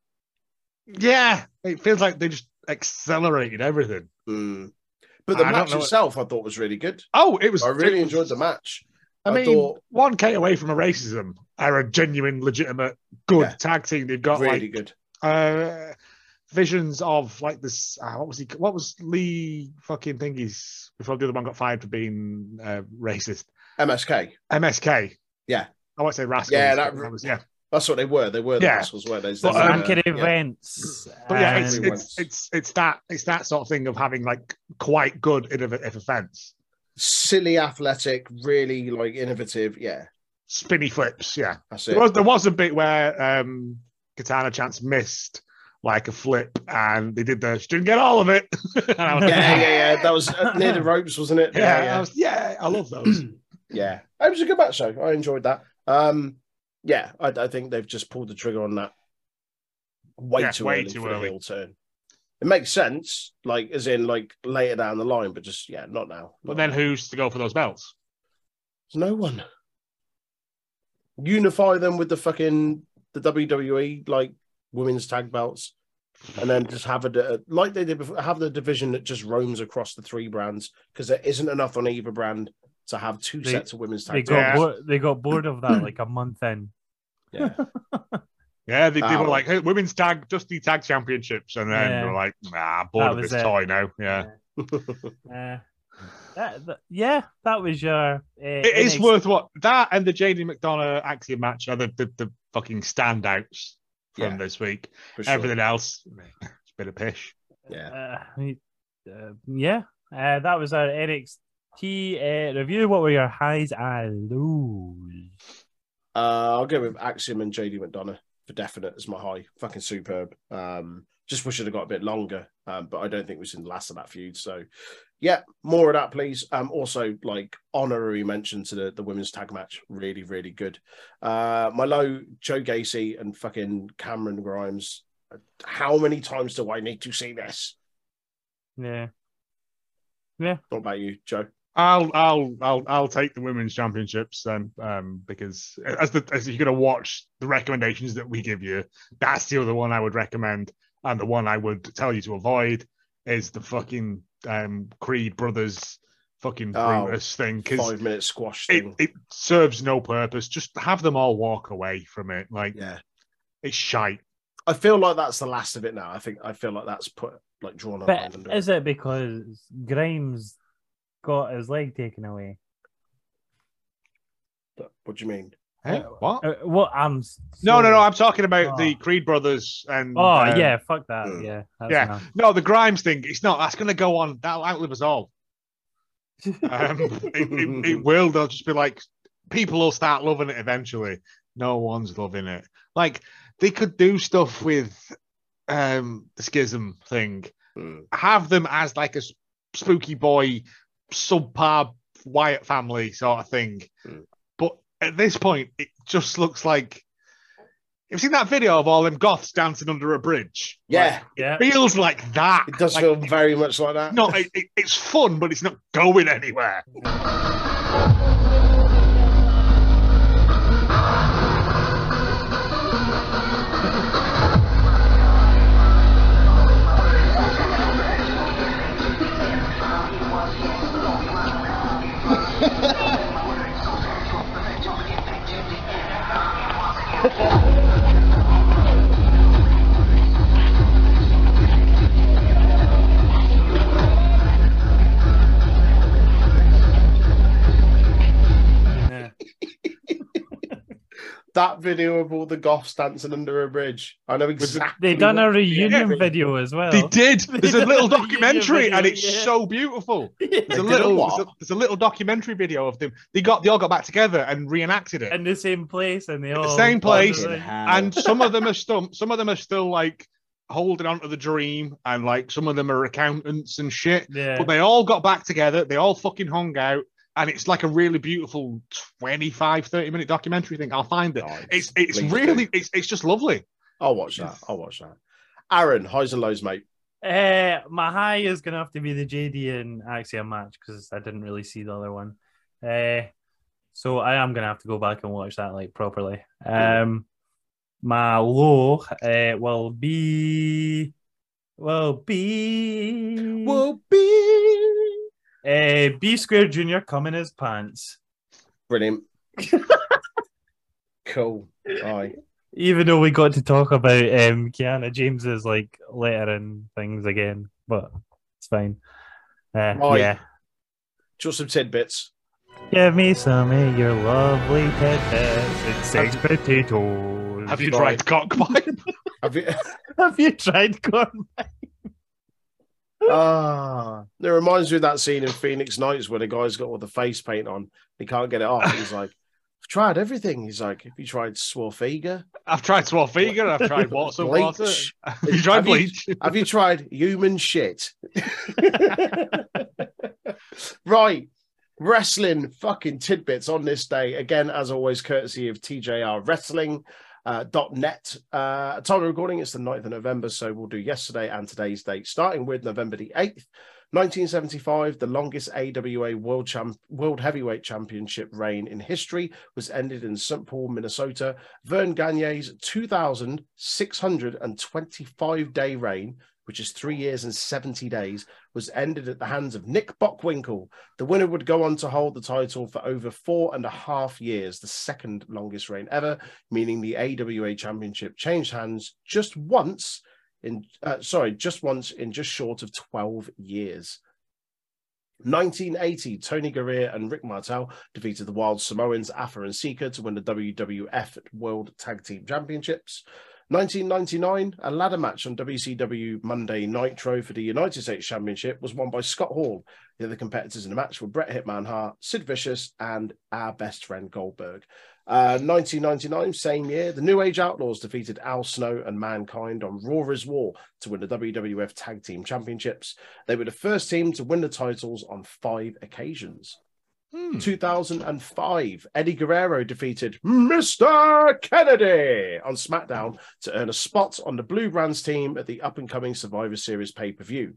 yeah. It feels like they just accelerated everything. Mm. But the I don't match know what- itself, I thought was really good. Oh, it was. I really it was- enjoyed the match. I I mean, thought- one k away from a racism are a genuine, legitimate, good Yeah. tag team. They've got really like good. uh, visions of like this. Uh, what was he? What was Lee fucking thingies before the other one got fired for being uh, racist? MSK. MSK. Yeah. I won't say rascals. Yeah, that- but was, yeah. That's what they were. They were the Yeah. assholes, were they? They But, were, um, Anchor yeah. events. But yeah, and- it's, Um, it's it's it's that it's that sort of thing of having like quite good innovative if offense. silly, athletic, really like innovative. Yeah, Spinny flips, yeah. that's it. There was, there was a bit where um, Katana Chance missed like a flip, and they did the she didn't get all of it. <laughs> and I was like, <laughs> yeah, yeah, yeah. That was uh, near the ropes, wasn't it? yeah, I yeah, was- yeah, I <clears throat> love those. yeah. It was a good match, though. I enjoyed that. Um, yeah, I, I think they've just pulled the trigger on that way Yeah, too way early too for early. the heel turn. It makes sense, like as in like later down the line, but just yeah, not now. but Not then now. who's to go for those belts? no one unify them with the fucking the WWE like women's tag belts, and then just have a like they did before, have the division that just roams across the three brands because there isn't enough on either brand to have two They- sets of women's they tag Yeah. got <clears throat> belts. bo- they got bored of that like a month in. Yeah. <laughs> Yeah, they, they Ah, were well. like hey, women's tag, Dusty Tag Championships, and then Yeah. they were like, nah, bored That of was this it. toy now. Yeah, Uh, that, that- yeah, that was your. Uh, it is worth what that and the JD McDonough Axiom match are the, the, the fucking standouts from Yeah, this week. for sure. Everything else, it's a bit of pish. Yeah. Uh, yeah, uh, that was our NXT uh, review. What were your highs and lows? Uh, I'll go with Axiom and JD McDonough for definite as my high. Fucking superb. Um, just wish it had got a bit longer, um, but I don't think it was in the last of that feud. So, yeah, more of that, please. Um, also, like honorary mention to the, the women's tag match. Really, really good. Uh, my low, Joe Gacy and fucking Cameron Grimes. How many times do I need to see this? Yeah. Yeah. What about you, Joe? I'll I'll I'll I'll take the women's championships then, um, because as the as you're gonna watch the recommendations that we give you, that's the other one I would recommend, and the one I would tell you to avoid is the fucking um Creed brothers fucking Oh, Brutus thing because Five minute squash it, thing. it serves no purpose. Just have them all walk away from it. Like yeah, it's shite. I feel like that's the last of it now. I think I feel like that's put like drawn a line But under is it because Grimes got his leg taken away? What do you mean? Hey, what? Uh, what? I'm s- No, no, sorry. no. I'm talking about Oh. the Creed brothers and. Oh um, yeah, fuck that. Yeah, that's yeah. enough. No, the Grimes thing. It's not. That's going to go on. That'll outlive us all. Um, it, it, it will. They'll just be like, people will start loving it eventually. No one's loving it. Like they could do stuff with um the schism thing. Have them as like a s- spooky boy, subpar Wyatt family sort of thing. But at this point, it just looks like. You've seen that video of all them goths dancing under a bridge. Yeah. Like, yeah. feels like that. It does feel very much like that. No, it, it- it's fun, but it's not going anywhere. that video of all the goths dancing under a bridge. I know exactly. They done what- <laughs> a reunion video as well. They <laughs> did. They There's a done little reunion documentary, video, and it's yeah. so beautiful. They There's a did a little, what? there's a, there's a little documentary video of them. They got, they all got back together and reenacted it. in the same place, and they all the same place, Fucking hell. and some of them are still, some of them are still like holding on to the dream, and like some of them are accountants and shit. Yeah. But they all got back together. They all fucking hung out. And it's like a really beautiful 25, 30 minute documentary thing. I'll find it. It's it's Please really it's, it's just lovely. I'll watch that. I'll watch that. Aaron, highs and lows, mate. Uh, my high is gonna have to be the JD and Axiom match because I didn't really see the other one. Uh, so I am gonna have to go back and watch that like properly. Um, my low uh, will be will be will be uh, B Square Junior come in his pants. Brilliant. <laughs> cool. Aye. Even though we got to talk about um, Kiana James's like lettering things again, but it's fine. Uh, Aye. yeah. Just some tidbits. Give me some of your lovely tidbits and six Have- potatoes. have you tried cockpipe? Have you? <laughs> have you tried corn? Ah, it reminds me of that scene in Phoenix Nights where the guy's got all the face paint on. He can't get it off. He's like, I've tried everything. He's like, Have you tried Swarfiga? <laughs> I've tried Swafega, I've tried Watson Water. Bleach. Have <laughs> you tried Have you- bleach? have you tried human shit? right. Wrestling fucking tidbits on this day. Again, as always, courtesy of TJR Wrestling. Uh, dot net uh time of recording it's the 9th of november so we'll do yesterday and today's date starting with november the 8th 1975 the longest awa world champ world heavyweight championship reign in history was ended in st paul minnesota vern gagne's 2625 day reign which is three years and 70 days, was ended at the hands of Nick Bockwinkel. The winner would go on to hold the title for over four and a half years, the second longest reign ever, meaning the AWA Championship changed hands just once in, uh, sorry, just once in just short of 12 years. 1980, Tony Guerrero and Rick Martel defeated the Wild Samoans, Afa and Seeker, to win the WWF World Tag Team Championships. 1999, a ladder match on WCW Monday Nitro for the United States Championship was won by Scott Hall. The other competitors in the match were Bret Hitman Hart, Sid Vicious, and our best friend Goldberg. Uh, 1999, same year, the New Age Outlaws defeated Al Snow and Mankind on Raw is War to win the WWF Tag Team Championships. They were the first team to win the titles on five occasions. Hmm, 2005, Eddie Guerrero defeated Mr. Kennedy on SmackDown to earn a spot on the Blue Brands team at the up and coming Survivor Series pay per view.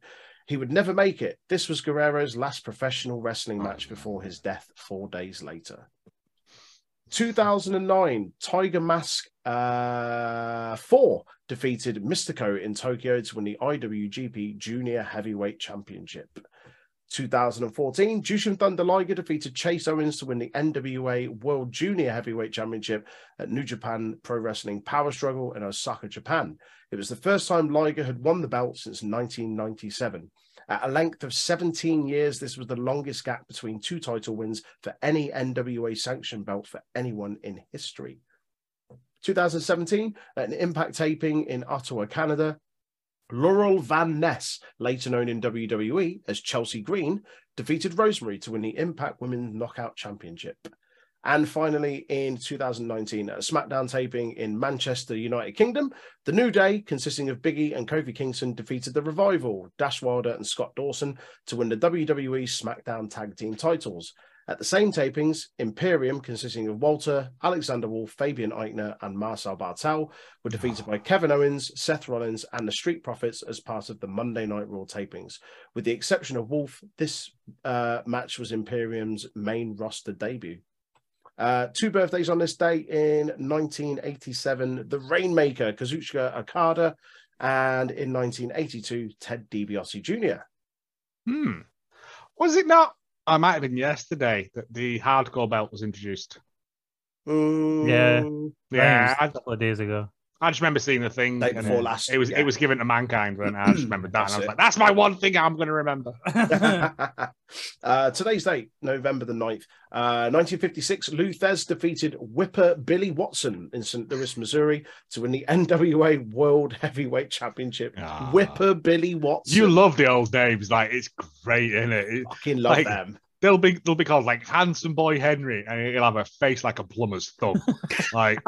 He would never make it. This was Guerrero's last professional wrestling match before his death four days later. 2009, Tiger Mask uh, 4 defeated Mystico in Tokyo to win the IWGP Junior Heavyweight Championship. 2014, Jushin Thunder Liger defeated Chase Owens to win the NWA World Junior Heavyweight Championship at New Japan Pro Wrestling Power Struggle in Osaka, Japan. It was the first time Liger had won the belt since 1997. At a length of 17 years, this was the longest gap between two title wins for any NWA sanctioned belt for anyone in history. 2017, at an impact taping in Ottawa, Canada, Laurel Van Ness, later known in WWE as Chelsea Green, defeated Rosemary to win the Impact Women's Knockout Championship. And finally, in 2019, at a SmackDown taping in Manchester, United Kingdom, The New Day, consisting of Biggie and Kofi Kingston, defeated The Revival, Dash Wilder and Scott Dawson to win the WWE SmackDown Tag Team titles. At the same tapings, Imperium, consisting of Walter, Alexander Wolf, Fabian Eichner, and Marcel Bartel, were defeated by Kevin Owens, Seth Rollins, and the Street Profits as part of the Monday Night Raw tapings. With the exception of Wolf, this uh, match was Imperium's main roster debut. Uh, two birthdays on this day in 1987, the Rainmaker, Kazuchika Okada, and in 1982, Ted DiBiase Jr. Hmm. Was it not? I might have been yesterday that the hardcore belt was introduced. Yeah. I Yeah, think it was a couple of <laughs> days ago. I just remember seeing the thing Day and before it- last, It was yeah. it was given to mankind, and I <clears throat> just remembered that. and That's I was like, it. "That's my one thing I'm going to remember." uh, today's date, November the 9th, uh, 1956, Lou Thez defeated whipper Billy Watson in St. Louis, Missouri to win the NWA World Heavyweight Championship. Ah. Whipper Billy Watson. You love the old names, like it's great, isn't it? It- fucking love like, them. They'll be they'll be called like handsome boy Henry, and he'll have a face like a plumber's thumb. like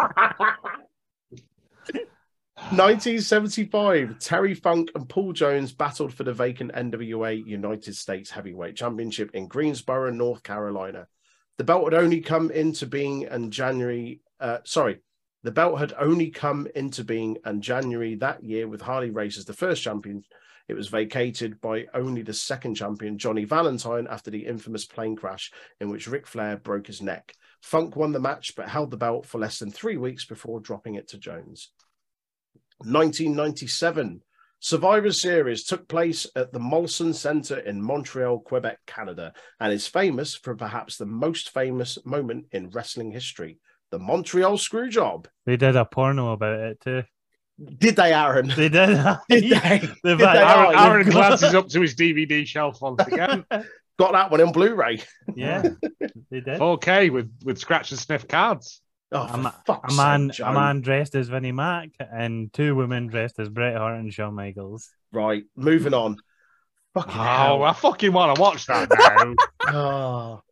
1975, Terry Funk and Paul Jones battled for the vacant NWA United States Heavyweight Championship in Greensboro, North Carolina. The belt had only come into being in January. Uh, sorry, the belt had only come into being in January that year with Harley Race as the first champion. It was vacated by only the second champion, Johnny Valentine, after the infamous plane crash in which Ric Flair broke his neck. Funk won the match but held the belt for less than three weeks before dropping it to Jones. 1997. Survivor Series took place at the Molson Centre in Montreal, Quebec, Canada, and is famous for perhaps the most famous moment in wrestling history the Montreal Screwjob. They did a porno about it too. Did they, Aaron? They did. <laughs> Did they? <laughs> Did They've they? had- Oh, <sighs> Aaron, <laughs> Aaron they've glances up to his DVD shelf once again. <laughs> Got that one on Blu ray. Yeah, they did. Okay, with with scratch and sniff cards. Oh, a, for ma- fuck's a man, sake, Joe. a man dressed as Vinnie Mac, and two women dressed as Bret Hart and Shawn Michaels. Right, moving on. Fucking <laughs> Oh, hell. I fucking want to watch that now, <laughs> Oh,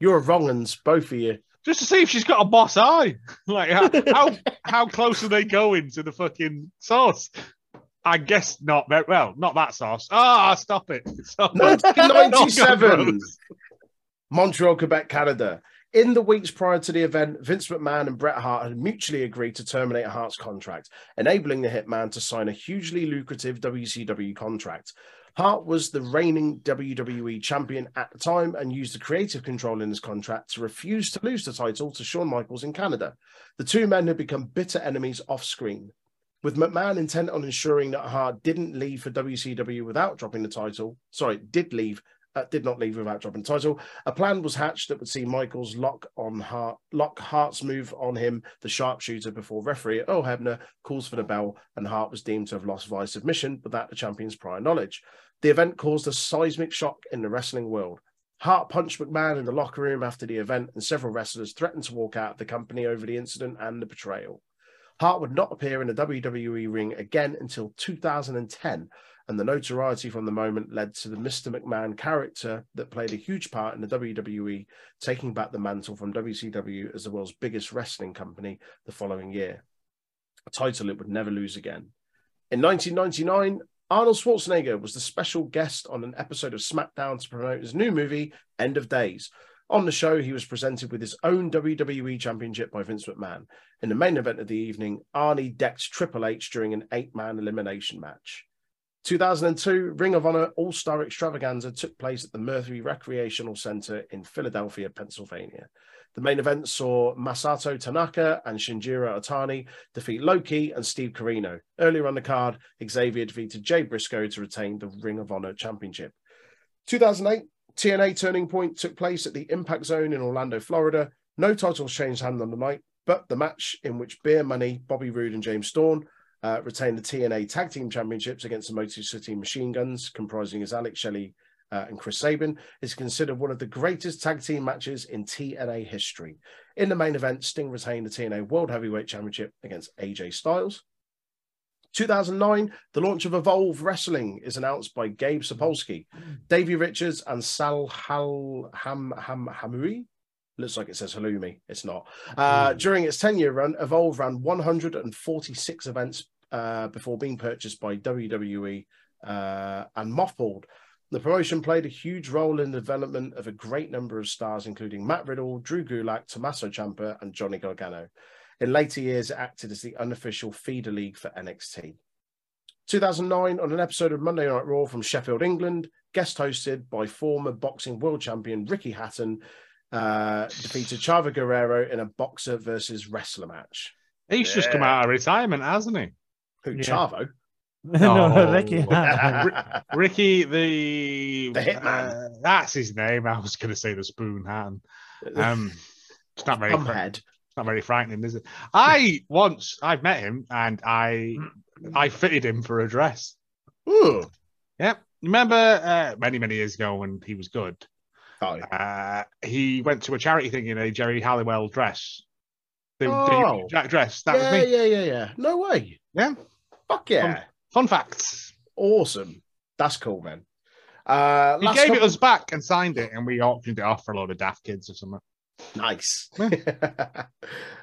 you're wrong uns, both of you. just to see if she's got a boss eye. <laughs> Like how how, how close are they going to the fucking sauce? I guess not. Very, well, not that sauce. Ah, stop it. <laughs> It's so good. 1997. Montreal, Quebec, Canada. In the weeks prior to the event, Vince McMahon and Bret Hart had mutually agreed to terminate Hart's contract, enabling the hitman to sign a hugely lucrative WCW contract. Hart was the reigning WWE champion at the time and used the creative control in his contract to refuse to lose the title to Shawn Michaels in Canada. The two men had become bitter enemies off screen. With McMahon intent on ensuring that Hart didn't leave for WCW without dropping the title, sorry, did leave, uh, did not leave without dropping the title. A plan was hatched that would see Michaels lock on Hart, lock Hart's move on him, the sharpshooter, before referee Earl Hebner calls for the bell, and Hart was deemed to have lost via submission without the champion's prior knowledge. The event caused a seismic shock in the wrestling world. Hart punched McMahon in the locker room after the event, and several wrestlers threatened to walk out of the company over the incident and the betrayal. Hart would not appear in the WWE ring again until 2010, and the notoriety from the moment led to the Mr. McMahon character that played a huge part in the WWE taking back the mantle from WCW as the world's biggest wrestling company the following year. A title it would never lose again. In 1999, Arnold Schwarzenegger was the special guest on an episode of SmackDown to promote his new movie, End of Days. On the show, he was presented with his own WWE Championship by Vince McMahon. In the main event of the evening, Arnie decked Triple H during an eight man elimination match. 2002, Ring of Honor All Star Extravaganza took place at the Murphy Recreational Center in Philadelphia, Pennsylvania. The main event saw Masato Tanaka and Shinjiro Atani defeat Loki and Steve Carino. Earlier on the card, Xavier defeated Jay Briscoe to retain the Ring of Honor Championship. 2008, TNA Turning Point took place at the Impact Zone in Orlando, Florida. No titles changed hand on the night, but the match in which Beer Money, Bobby Roode, and James Storm uh, retained the TNA Tag Team Championships against the Motor City Machine Guns, comprising as Alex Shelley uh, and Chris Sabin, is considered one of the greatest tag team matches in TNA history. In the main event, Sting retained the TNA World Heavyweight Championship against AJ Styles. 2009, the launch of Evolve Wrestling is announced by Gabe Sapolsky, Davey Richards, and Sal Hal Ham Ham Hamui. Looks like it says Halloumi. It's not. Uh, During its 10 year run, Evolve ran 146 events uh, before being purchased by WWE uh, and mothballed. The promotion played a huge role in the development of a great number of stars, including Matt Riddle, Drew Gulak, Tommaso Ciampa, and Johnny Gargano. In later years, it acted as the unofficial feeder league for NXT. 2009, on an episode of Monday Night Raw from Sheffield, England, guest hosted by former boxing world champion Ricky Hatton, uh, defeated Chava Guerrero in a boxer versus wrestler match. He's just come out of retirement, hasn't <laughs> he? Who, Chavo? <laughs> No, Ricky <laughs> <laughs> Ri- Ricky, the The Hitman. uh, that's his name. I was going to say the spoon hand. <laughs> Um, it's not very. Cumhead. It's not very frightening, is it? I once I've met him and I I fitted him for a dress. Ooh. Yep. Remember uh, many many years ago when he was good. Oh. Uh, he went to a charity thing in a Jerry Halliwell dress. The, Oh. the Jack dress. That yeah, was me. yeah, yeah, yeah. No way. Yeah. Fuck yeah. Fun facts. Awesome. That's cool, man. Uh, He last gave it couple- us back and signed it, and we auctioned it off for a load of daft kids or something. Nice. uh,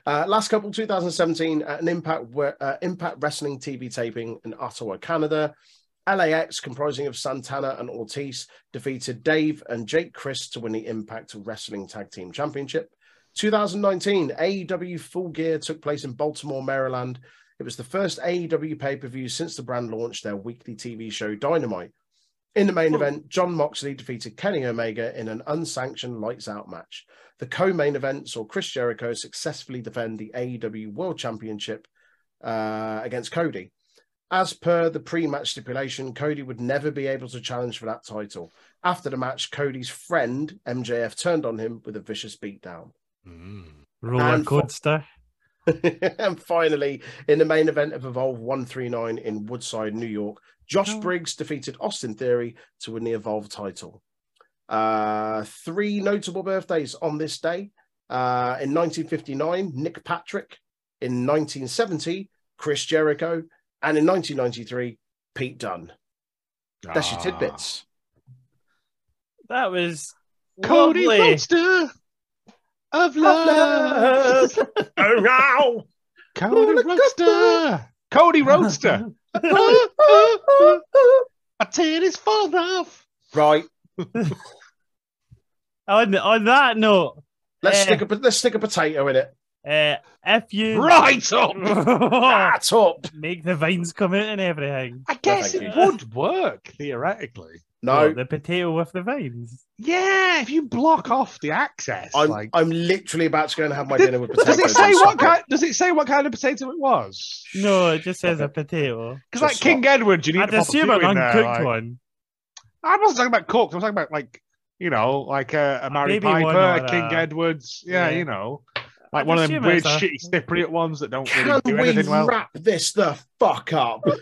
last couple, 2017, at an Impact we- uh, Impact Wrestling TV taping in Ottawa, Canada. LAX, comprising of Santana and Ortiz, defeated Dave and Jake Chris to win the Impact Wrestling Tag Team Championship. 2019, AEW E Full Gear took place in Baltimore, Maryland. It was the first AEW pay per view since the brand launched their weekly TV show Dynamite. In the main event, John Moxley defeated Kenny Omega in an unsanctioned lights out match. The co main event saw Chris Jericho successfully defend the AEW World Championship uh, against Cody. As per the pre match stipulation, Cody would never be able to challenge for that title. After the match, Cody's friend, MJF, turned on him with a vicious beatdown. Roller And- coaster. <laughs> and finally, in the main event of Evolve 139 in Woodside, New York, Josh Oh. Briggs defeated Austin Theory to win the Evolve title. Uh, three notable birthdays on this day. Uh, in 1959, Nick Patrick. In 1970, Chris Jericho. And in 1993, Pete Dunne. That's your tidbits. That was Cody lovely. <laughs> Roadster of love. Wow. Cody Roadster. <laughs> Cody Roadster. My titties falling off. Right. On, on that note, Let's eh, stick a let's stick a potato in it. eh, if you <laughs> Right <laughs> up. That's up. Ah. make the vines come out and everything. I guess thank it you. would work theoretically. No. the potato with the vines. Yeah, if you block off the access, I'm like, I'm literally about to go and have my dinner with potatoes. does it say what kind? Does it say what kind of potato it was? No, it just says <laughs> a potato. Because like King Edward, you need I'd to pop a assume few an in there, uncooked like- one. I wasn't talking about cooked. I was talking about like you know, like uh, a, a Mary baby one Piper, or a King a- Edwards. Yeah, yeah. you know, like I'd one of assume them weird, it's a- <laughs> shitty Cypriot ones that don't Can really do we anything well. wrap this the fuck <laughs> up? Eh,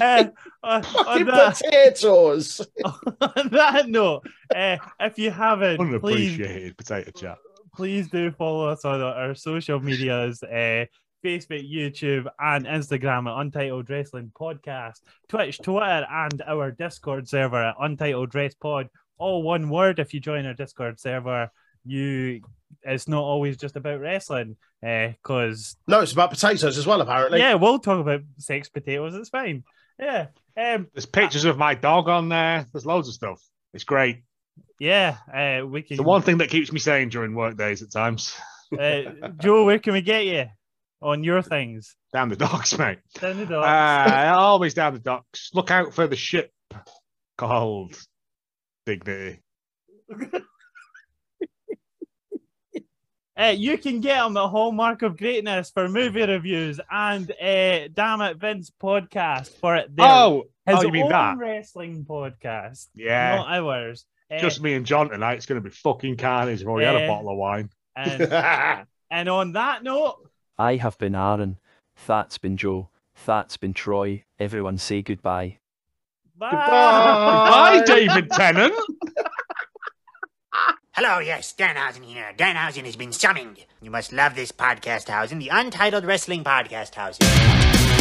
Uh, uh, Fucking on, that, potatoes. <laughs> on that note, uh, if you haven't, please Unappreciated potato chat. please do follow us on our social medias uh, Facebook, YouTube, and Instagram at Untitled Wrestling Podcast, Twitch, Twitter, and our Discord server at Untitled Wrest Pod. All one word if you join our Discord server. You, It's not always just about wrestling because, No, it's about potatoes as well, apparently. yeah, we'll talk about sex potatoes. It's fine. Yeah. Um, There's pictures of my dog on there. There's loads of stuff. It's great. yeah. Uh, we can, The one thing that keeps me sane during work days at times. <laughs> uh, Joe, where can we get you on your things? Down the docks, <laughs> mate. Down the Uh, dock. always down the docks. Look out for the ship called Dignity. Uh, you can get them at Hallmark of Greatness for movie reviews and uh, Damn It Vince podcast for it. There. Oh, his oh, you mean own that? wrestling podcast, Yeah. not ours. Uh, Just me and John tonight. It's going to be fucking carnage. We've already had Eh. a bottle of wine. <laughs> and, and on that note, I have been Aaron. That's been Joe. That's been Troy. Everyone say goodbye. bye. Hi, David Tennant. Hello, yes, Danhausen here. Danhausen has been summoned. You must love this podcast house and the Untitled Wrestling Podcast House.